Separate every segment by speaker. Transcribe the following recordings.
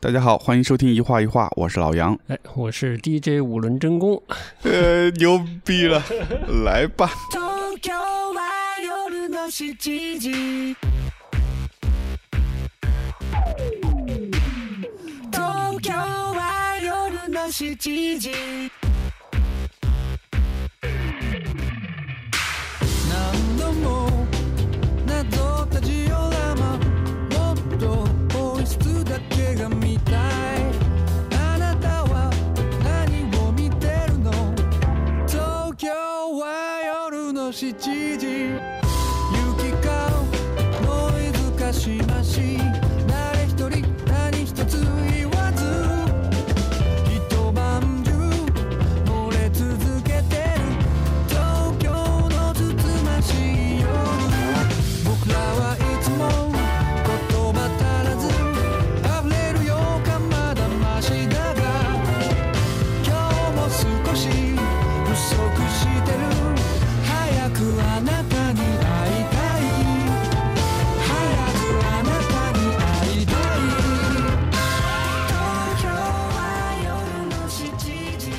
Speaker 1: 大家好，欢迎收听一画一画，我是老杨。
Speaker 2: 哎，我是 DJ 五轮真功。
Speaker 1: 呃，牛逼 了，来吧。
Speaker 3: 東京は夜の7時東京は夜の7時何度もなぞったジオラマもっと音質だけが見たいあなたは何を見てるの東京は夜の7時行き交うノイズ化しまし誰一人何一つ言わず一晩中漏れ続けてる東京のつつましい夜僕らはいつも言葉足らず溢れる予感まだましだが今日も少し不足してる早くあなたに会いたい早くあなたに会いたい東京は夜の7時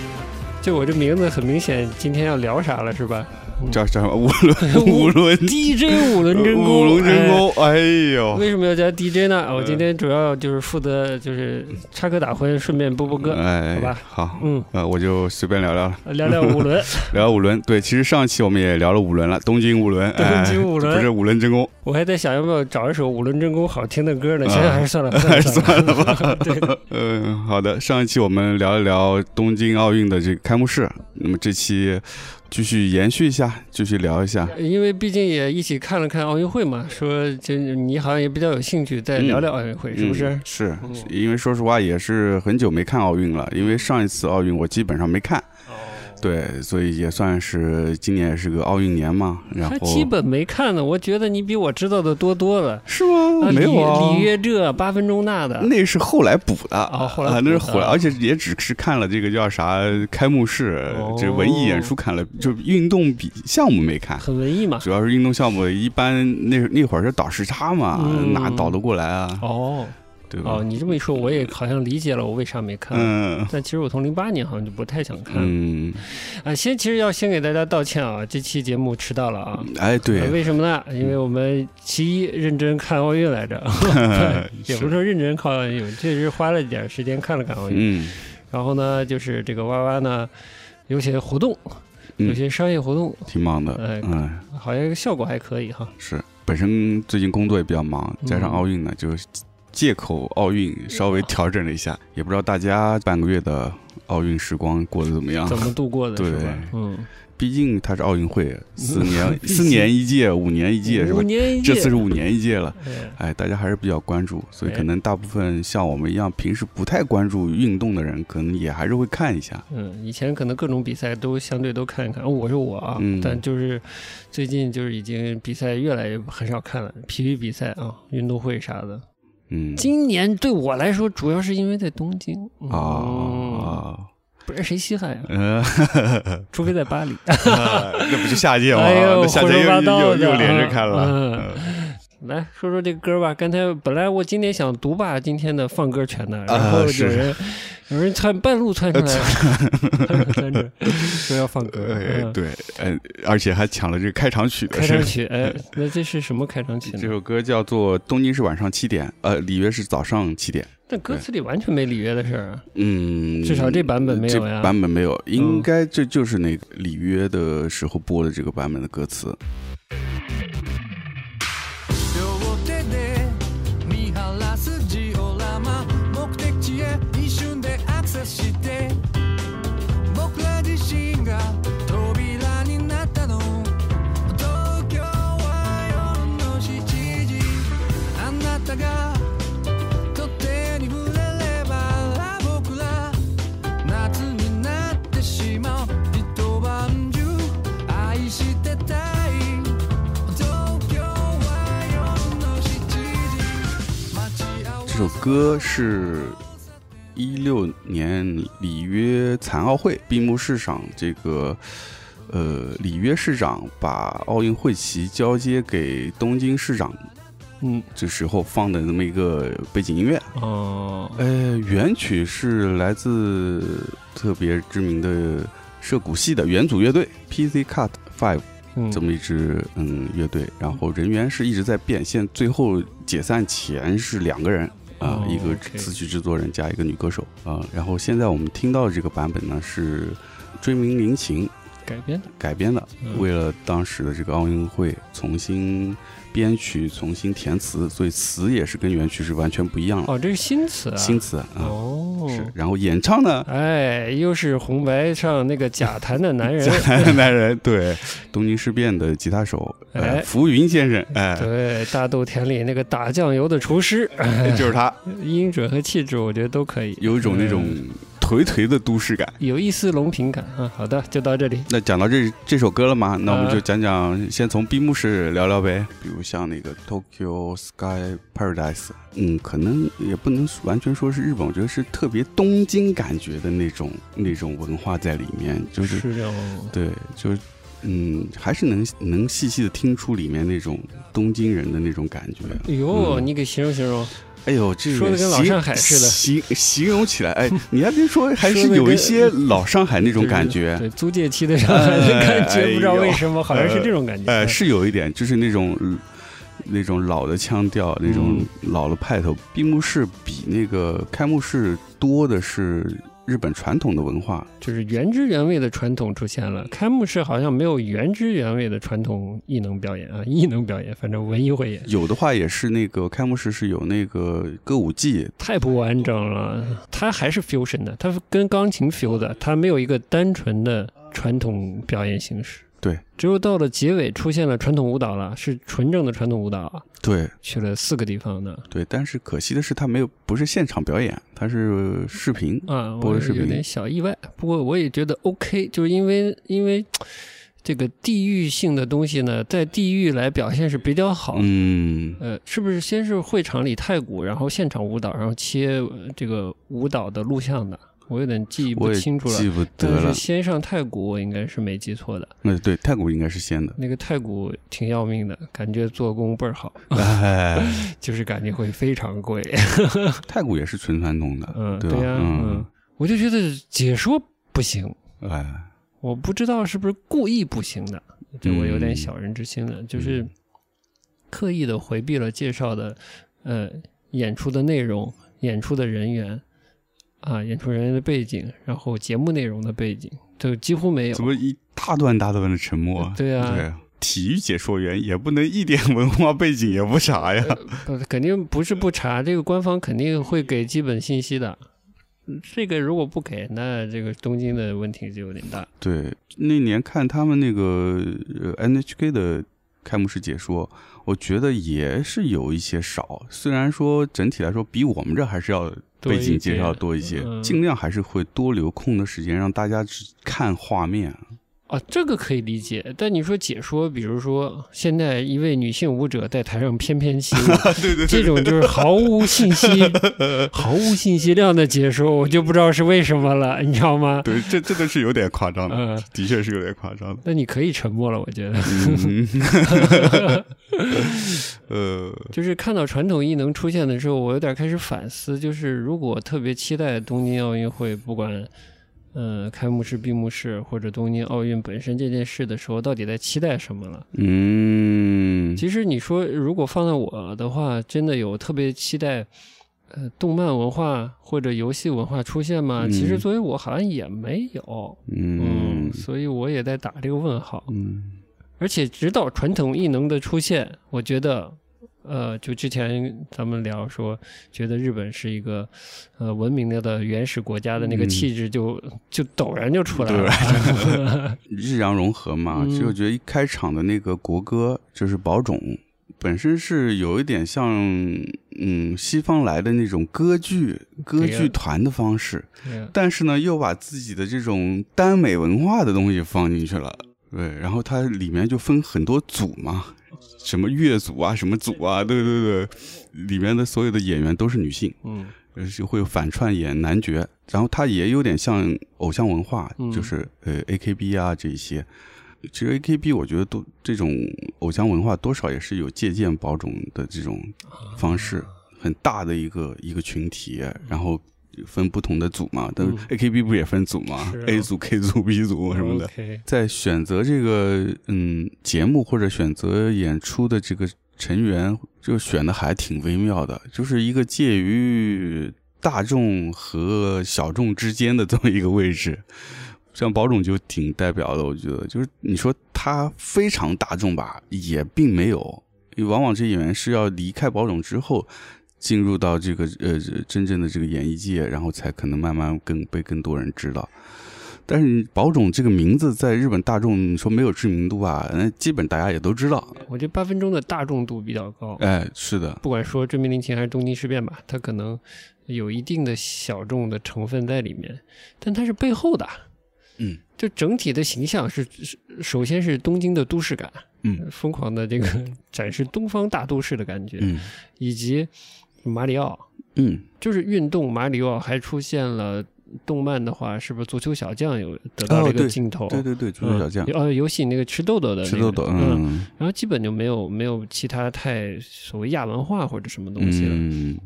Speaker 2: 就我这名字，很明显今天要聊啥了，是吧
Speaker 1: 叫什么？ 无论无论
Speaker 2: ？DJ 五轮真功，
Speaker 1: 五龙真
Speaker 2: 哎
Speaker 1: 功，哎呦，
Speaker 2: 为什么要加 DJ 呢？我今天主要就是负责就是插科打诨，顺便播播歌，
Speaker 1: 哎
Speaker 2: 好，吧？
Speaker 1: 好，
Speaker 2: 嗯，
Speaker 1: 呃，我就随便聊聊了，
Speaker 2: 聊聊五轮。
Speaker 1: 聊聊五轮。对，其实上一期我们也聊了五轮了，东京五轮，
Speaker 2: 东京五轮
Speaker 1: 哎不是五轮真功，
Speaker 2: 我还在想要不要找一首五轮真功好听的歌呢，
Speaker 1: 啊
Speaker 2: 想想还是算了，算
Speaker 1: 还
Speaker 2: 了，
Speaker 1: 是
Speaker 2: 算了。
Speaker 1: 算了吧。
Speaker 2: 对，
Speaker 1: 嗯，好的。上一期我们聊一聊东京奥运的这个开幕式，那么这期继续延续一下，继续聊一下。
Speaker 2: 因为毕竟也一起看了看奥运会嘛，说就你好像也比较有兴趣，再聊聊奥运会，是不是
Speaker 1: 嗯？是
Speaker 2: 嗯，
Speaker 1: 因为说实话也是很久没看奥运了，因为上一次奥运我基本上没看，对，所以也算是今年也是个奥运年嘛。然
Speaker 2: 他
Speaker 1: 后
Speaker 2: 基本没看呢，我觉得你比我知道的多多了。
Speaker 1: 是吗？没有啊，
Speaker 2: 呃
Speaker 1: 嗯
Speaker 2: 里约这八分钟那的，
Speaker 1: 那是后来补的
Speaker 2: 哦后来
Speaker 1: 啊
Speaker 2: 补的
Speaker 1: 那是后来，而且也只是看了这个叫啥开幕式
Speaker 2: 哦，
Speaker 1: 这文艺演出看了，就运动比项目没看。
Speaker 2: 很文艺嘛。
Speaker 1: 主要是运动项目，一般那那会儿是倒时差嘛，
Speaker 2: 嗯
Speaker 1: 哪倒得过来啊？
Speaker 2: 哦
Speaker 1: 对吧？
Speaker 2: 哦，你这么一说，我也好像理解了我为啥没看。
Speaker 1: 嗯
Speaker 2: 但其实我从零八年好像就不太想看了
Speaker 1: 嗯，
Speaker 2: 啊。先其实要先给大家道歉啊，这期节目迟到了啊。
Speaker 1: 哎，
Speaker 2: 呃
Speaker 1: 对，嗯
Speaker 2: 为什么呢？因为我们其一认真看奥运 来着，也不是说认真看奥运，确实花了点时间看了看奥运。
Speaker 1: 嗯
Speaker 2: 然后呢，就是这个娃娃呢，有些活动，
Speaker 1: 嗯
Speaker 2: 有些商业活动，
Speaker 1: 挺忙的，
Speaker 2: 哎
Speaker 1: 嗯，
Speaker 2: 好像效果还可以哈。
Speaker 1: 是本身最近工作也比较忙，
Speaker 2: 嗯
Speaker 1: 加上奥运呢，就借口奥运稍微调整了一下，也不知道大家半个月的奥运时光过得怎么样
Speaker 2: 怎。么度过的，
Speaker 1: 啊对
Speaker 2: 是吧？嗯，
Speaker 1: 毕竟它是奥运会，四年 四年一届，五年一届是吧
Speaker 2: 五？年一届，
Speaker 1: 这次是五年一届了。
Speaker 2: 哎
Speaker 1: 哎，大家还是比较关注，所以
Speaker 2: 哎
Speaker 1: 可能大部分像我们一样平时不太关注运动的人，可能也还是会看一下。
Speaker 2: 嗯，以前可能各种比赛都相对都看一看，哦我是我啊，
Speaker 1: 嗯
Speaker 2: 但就是最近就是已经比赛越来越很少看了，体育比赛啊、运动会啥的。
Speaker 1: 嗯，
Speaker 2: 今年对我来说，主要是因为在东京嗯
Speaker 1: 啊
Speaker 2: 哦
Speaker 1: 啊，
Speaker 2: 不然谁稀罕呀？啊
Speaker 1: 呃，
Speaker 2: 除非在巴黎。
Speaker 1: 那不是下届吗？
Speaker 2: 哎呦
Speaker 1: 啊那下届
Speaker 2: 胡说
Speaker 1: 又
Speaker 2: 八道
Speaker 1: 又
Speaker 2: 的
Speaker 1: 又连着看了。
Speaker 2: 嗯来说说这个歌吧。刚才本来我今天想独霸今天的放歌权的，然后
Speaker 1: 啊是
Speaker 2: 有人、有人窜半路窜出 来，窜出来说要放歌。
Speaker 1: 呃，
Speaker 2: 嗯
Speaker 1: 对，呃，而且还抢了这个开场曲的
Speaker 2: 开场
Speaker 1: 是。
Speaker 2: 曲，哎，那这是什么开场曲
Speaker 1: 这
Speaker 2: 呢？
Speaker 1: 首歌叫做《东京是晚上七点》，呃，里约是早上七点。
Speaker 2: 但歌词里完全没里约的事儿啊。
Speaker 1: 嗯，
Speaker 2: 至少这版本没有呀嗯
Speaker 1: 这版本没有，应该这就是那个里约的时候播的这个版本的歌词。
Speaker 3: 両手で見晴らすジオラマ目的地へ一瞬でアクセスして僕ら自身が扉になったの東京は夜の7時あなたがと手に触れれば僕ら夏になってしまう一晩中愛してたい東京は夜の7時待ち合わ
Speaker 1: 这首歌是一六年里约残奥会闭幕式上，这个呃里约市长把奥运会旗交接给东京市长
Speaker 2: 嗯，
Speaker 1: 这时候放的那么一个背景音乐。
Speaker 2: 哦，
Speaker 1: 呃，原曲是来自特别知名的涉谷系的元祖乐队 PC Cut Five
Speaker 2: 嗯，
Speaker 1: 这么一支嗯乐队，然后人员是一直在变，现最后解散前是两个人。啊、
Speaker 2: 哦
Speaker 1: 一个
Speaker 2: OK
Speaker 1: 词曲制作人加一个女歌手啊、然后现在我们听到的这个版本呢是追名林琴
Speaker 2: 改编的？
Speaker 1: 改编的，
Speaker 2: 嗯
Speaker 1: 为了当时的这个奥运会重新编曲、重新填词，所以词也是跟原曲是完全不一样了，
Speaker 2: 哦，这是新词啊，
Speaker 1: 新词啊、
Speaker 2: 哦，
Speaker 1: 是。然后演唱呢，
Speaker 2: 哎，又是红白上那个假弹的男人
Speaker 1: 江， 南男人，对，东京事变的吉他手，
Speaker 2: 哎
Speaker 1: 呃，浮云先生，哎，
Speaker 2: 对，大豆田里那个打酱油的厨师，
Speaker 1: 就是他，
Speaker 2: 音准和气质我觉得都可以，
Speaker 1: 有一种那种
Speaker 2: 嗯
Speaker 1: 颓颓的都市感。
Speaker 2: 有一丝隆平感啊。好的，就到这里。
Speaker 1: 那讲到这这首歌了嘛，那我们
Speaker 2: 啊
Speaker 1: 就讲讲，先从闭幕式聊聊呗。比如像那个 Tokyo Sky Paradise，嗯，可能也不能完全说是日本，我觉得是特别东京感觉的那种那种文化在里面，就是
Speaker 2: 是这样哦，
Speaker 1: 对，就是嗯，还是能能细细的听出里面那种东京人的那种感觉。
Speaker 2: 哎呦，
Speaker 1: 嗯
Speaker 2: 你给形容形容，
Speaker 1: 哎呦，这个
Speaker 2: 说得跟老
Speaker 1: 形
Speaker 2: 上海似的
Speaker 1: 形形容起 来，哎，你还别说，还
Speaker 2: 说
Speaker 1: 是
Speaker 2: 得
Speaker 1: 有一
Speaker 2: 跟
Speaker 1: 些老上海那
Speaker 2: 这
Speaker 1: 种感觉。
Speaker 2: 对，租界期的 上海的感
Speaker 1: 哎
Speaker 2: 觉，不知道为什么，好像是这种感觉。
Speaker 1: 呃，是有一点，就是那种嗯那种老的腔调，那种
Speaker 2: 嗯
Speaker 1: 老的派头。闭幕式比那个开幕式多的是日本传统的文化，
Speaker 2: 就是原汁原味的传统出现了。开幕式好像没有原汁原味的传统艺能表演啊，艺能表演，反正文艺汇演
Speaker 1: 有的话也是那个开幕式是有那个歌舞伎，
Speaker 2: 太不完整了。它还是 fusion 的，它是跟钢琴 feel 的，它没有一个单纯的传统表演形式。
Speaker 1: 对，
Speaker 2: 只有到了结尾出现了传统舞蹈了，是纯正的传统舞蹈啊，
Speaker 1: 对
Speaker 2: 去了四个地方呢。
Speaker 1: 对。但是可惜的是，他没有不是现场表演，他是视频。
Speaker 2: 啊，
Speaker 1: 播
Speaker 2: 我
Speaker 1: 的视频
Speaker 2: 有点小意外，不过我也觉得 OK，就是因为因为这个地域性的东西呢，在地域来表现是比较好的。
Speaker 1: 嗯，
Speaker 2: 呃，是不是先是会场里太鼓，然后现场舞蹈，然后切呃这个舞蹈的录像的？我有点记不
Speaker 1: 我也
Speaker 2: 清楚了。
Speaker 1: 记不得
Speaker 2: 但
Speaker 1: 了
Speaker 2: 是。先上太鼓，我应该是没记错的。
Speaker 1: 嗯，对，太古应该是 先的。
Speaker 2: 那个太鼓挺要命的，感觉做工倍儿好，
Speaker 1: 哎，
Speaker 2: 就是感觉会非常贵。
Speaker 1: 太古也是纯传统的，
Speaker 2: 嗯，
Speaker 1: 对啊
Speaker 2: 对
Speaker 1: 吧？
Speaker 2: 呀、嗯，我就觉得解说不行，
Speaker 1: 嗯，哎，
Speaker 2: 我不知道是不是故意不行的，这我有
Speaker 1: 嗯
Speaker 2: 点小人之心了，就是刻意的回避了介绍的呃演出的内容、演出的人员啊、演出人员的背景，然后节目内容的背景，就几乎没有
Speaker 1: 怎。么一大段大段的沉默啊？
Speaker 2: 对啊
Speaker 1: 对，体育解说员也不能一点 文化背景也不啥呀。
Speaker 2: 不呃肯定不是不查，这个官方肯定会给基本信息的。嗯这个如果不给，那这个东京的问题就有点大。
Speaker 1: 对，那年看他们那个呃 NHK 的开幕式解说，我觉得也是有一些少。虽然说整体来说比我们这还是要
Speaker 2: 多一
Speaker 1: 背景介绍
Speaker 2: 点
Speaker 1: 多一些，
Speaker 2: 嗯
Speaker 1: 尽量还是会多留空的时间让大家只看画面。
Speaker 2: 啊，这个可以理解，但你说解说，比如说现在一位女性舞者在台上翩翩起舞，
Speaker 1: 对对
Speaker 2: 这种就是毫无信息、毫无信息量的解说，我就不知道是为什么了，你知道吗？
Speaker 1: 对，这这个是有点夸张的，
Speaker 2: 嗯
Speaker 1: 的确是有点夸张的。
Speaker 2: 那你可以沉默了，我觉得，
Speaker 1: 嗯，呃，
Speaker 2: 就是看到传统艺能出现的时候，我有点开始反思，就是如果特别期待东京奥运会，不管呃开幕式、闭幕式或者东京奥运本身这件事的时候，到底在期待什么了？
Speaker 1: 嗯，
Speaker 2: 其实你说，如果放在我的话，真的有特别期待，呃，动漫文化或者游戏文化出现吗？
Speaker 1: 嗯
Speaker 2: 其实作为我好像也没有，
Speaker 1: 嗯
Speaker 2: 所以我也在打这个问号。
Speaker 1: 嗯
Speaker 2: 而且直到传统异能的出现，我觉得，呃，就之前咱们聊说，觉得日本是一个呃文明的原始国家的那个
Speaker 1: 嗯
Speaker 2: 气质就，就陡然就出来了。
Speaker 1: 日洋融合嘛，
Speaker 2: 嗯
Speaker 1: 其实我觉得一开场的那个国歌就是《宝冢》，本身是有一点像嗯西方来的那种歌剧歌剧团的方式，
Speaker 2: 对呀
Speaker 1: 但是呢又把自己的这种耽美文化的东西放进去了。对，然后它里面就分很多组嘛，什么乐组啊，什么组啊，对对对，里面的所有的演员都是女性。
Speaker 2: 嗯，
Speaker 1: 呃，是会反串演男角，然后他也有点像偶像文化，
Speaker 2: 嗯
Speaker 1: 就是呃 A K B 啊这一些，其实 AKB 我觉得都这种偶像文化多少也是有借鉴宝冢的这种方式，
Speaker 2: 啊
Speaker 1: 很大的一个一个群体，然后分不同的组嘛，但是
Speaker 2: 嗯
Speaker 1: AKB 不也分组嘛、
Speaker 2: 是啊
Speaker 1: a 组、K 组、B 组什么的。
Speaker 2: OK，
Speaker 1: 在选择这个嗯节目或者选择演出的这个成员，就选的还挺微妙的，就是一个介于大众和小众之间的 这么一个位置。像宝冢就挺代表的，我觉得就是你说他非常大众吧，也并没有，因为往往这演员是要离开宝冢之后。进入到这个呃真正的这个演艺界，然后才可能慢慢更被更多人知道。但是宝冢这个名字在日本大众你说没有知名度吧，那基本大家也都知道。
Speaker 2: 我觉得八分钟的大众度比较高，
Speaker 1: 哎，是的，
Speaker 2: 不管说《追命令琴》还是《东京事变》吧，它可能有一定的小众的成分在里面，但它是背后的。啊
Speaker 1: 嗯，
Speaker 2: 就整体的形象是，是首先是东京的都市感，
Speaker 1: 嗯
Speaker 2: 疯狂的这个 展示东方大都市的感觉，
Speaker 1: 嗯
Speaker 2: 以及马里奥，
Speaker 1: 嗯，
Speaker 2: 就是运动马里奥还出现了动漫的话，是不是足球小将有得
Speaker 1: 哦
Speaker 2: 到这
Speaker 1: 对
Speaker 2: 个镜头？
Speaker 1: 对对对，足球小将
Speaker 2: 嗯，呃，游戏那个吃豆豆的、那个，
Speaker 1: 吃豆豆，
Speaker 2: 嗯，
Speaker 1: 嗯
Speaker 2: 然后基本就没有没有其他太所谓亚文化或者什么东西了，
Speaker 1: 嗯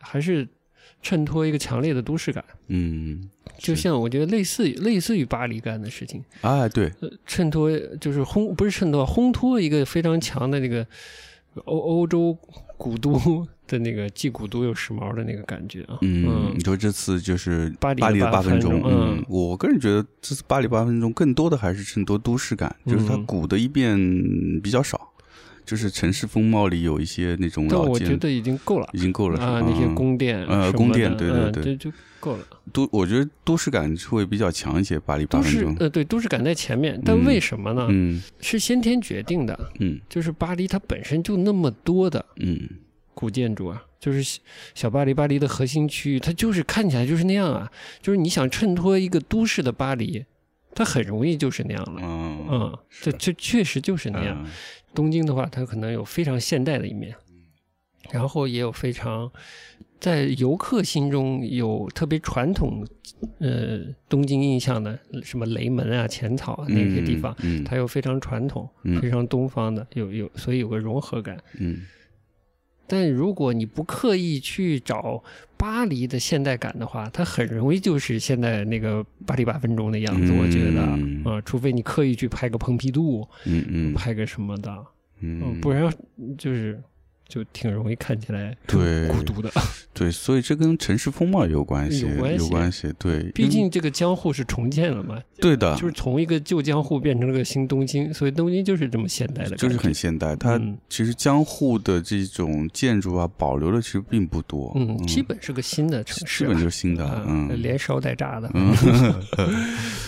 Speaker 2: 还是衬托一个强烈的都市感，
Speaker 1: 嗯，
Speaker 2: 就像我觉得类似于类似于巴黎干的事情，
Speaker 1: 哎，对，
Speaker 2: 呃衬托就是烘不是衬托烘托一个非常强的那个欧欧洲古都 的那个既古都又时髦的那个感觉啊，
Speaker 1: 嗯，你说这次就是
Speaker 2: 巴黎的
Speaker 1: 黎的
Speaker 2: 八
Speaker 1: 八分
Speaker 2: 分钟
Speaker 1: 嗯
Speaker 2: 嗯，
Speaker 1: 我个人觉得这次巴黎八分钟更多的还是衬托都市感，就是它
Speaker 2: 嗯
Speaker 1: 鼓的一遍比较少，就是城市风貌里有一些那种
Speaker 2: 但
Speaker 1: 老
Speaker 2: 我觉
Speaker 1: 建，
Speaker 2: 得已经够了
Speaker 1: 已经够了
Speaker 2: 啊，
Speaker 1: 是吧
Speaker 2: 那些
Speaker 1: 嗯
Speaker 2: 宫殿
Speaker 1: 呃
Speaker 2: 什么
Speaker 1: 宫殿
Speaker 2: 的
Speaker 1: 对对
Speaker 2: 嗯
Speaker 1: 对
Speaker 2: 就就够了。
Speaker 1: 都，我觉得都市感会比较强一些，巴黎八
Speaker 2: 都
Speaker 1: 分
Speaker 2: 市
Speaker 1: 钟。
Speaker 2: 呃对都市感在前面，但为什么呢？
Speaker 1: 嗯
Speaker 2: 是先天决定的，
Speaker 1: 嗯
Speaker 2: 就是巴黎它本身就那么多的
Speaker 1: 嗯
Speaker 2: 古建筑啊，就是小小巴黎，巴黎的核心区域，它就是看起来就是那样啊，就是你想衬托一个都市的巴黎，它很容易就是那样了。
Speaker 1: 嗯
Speaker 2: 嗯，这这确实就是那样。
Speaker 1: 嗯
Speaker 2: 东京的话，它可能有非常现代的一面，然后也有非常在游客心中有特别传统，呃，东京印象的什么雷门啊、浅草啊那些地方，，
Speaker 1: 嗯
Speaker 2: 它又非常传统、
Speaker 1: 嗯
Speaker 2: 非常东方的，有有，所以有个融合感。
Speaker 1: 嗯
Speaker 2: 但如果你不刻意去找巴黎的现代感的话，它很容易就是现在那个巴黎八分钟的样子，我觉得啊、
Speaker 1: 嗯
Speaker 2: 除非你刻意去拍个蓬皮杜，
Speaker 1: 嗯嗯
Speaker 2: 拍个什么的，
Speaker 1: 嗯
Speaker 2: 嗯，哦不然就是就挺容易看起来
Speaker 1: 对嗯
Speaker 2: 孤独的。
Speaker 1: 对，所以这跟城市风貌也有关系，
Speaker 2: 有关系
Speaker 1: 有系，对，
Speaker 2: 毕
Speaker 1: 因
Speaker 2: 竟
Speaker 1: 为
Speaker 2: 这个江户是重建了嘛，
Speaker 1: 对的，
Speaker 2: 就是从一个旧江户变成了个新东京，所以东京就是这么现代的感觉，
Speaker 1: 就是很现代。它
Speaker 2: 嗯
Speaker 1: 其实江户的这种建筑啊，保留的其实并不多，
Speaker 2: 嗯，基本是个新的城
Speaker 1: 基
Speaker 2: 市
Speaker 1: 本
Speaker 2: 吧。
Speaker 1: 就是新的
Speaker 2: 啊，，
Speaker 1: 嗯，
Speaker 2: 连烧带炸的，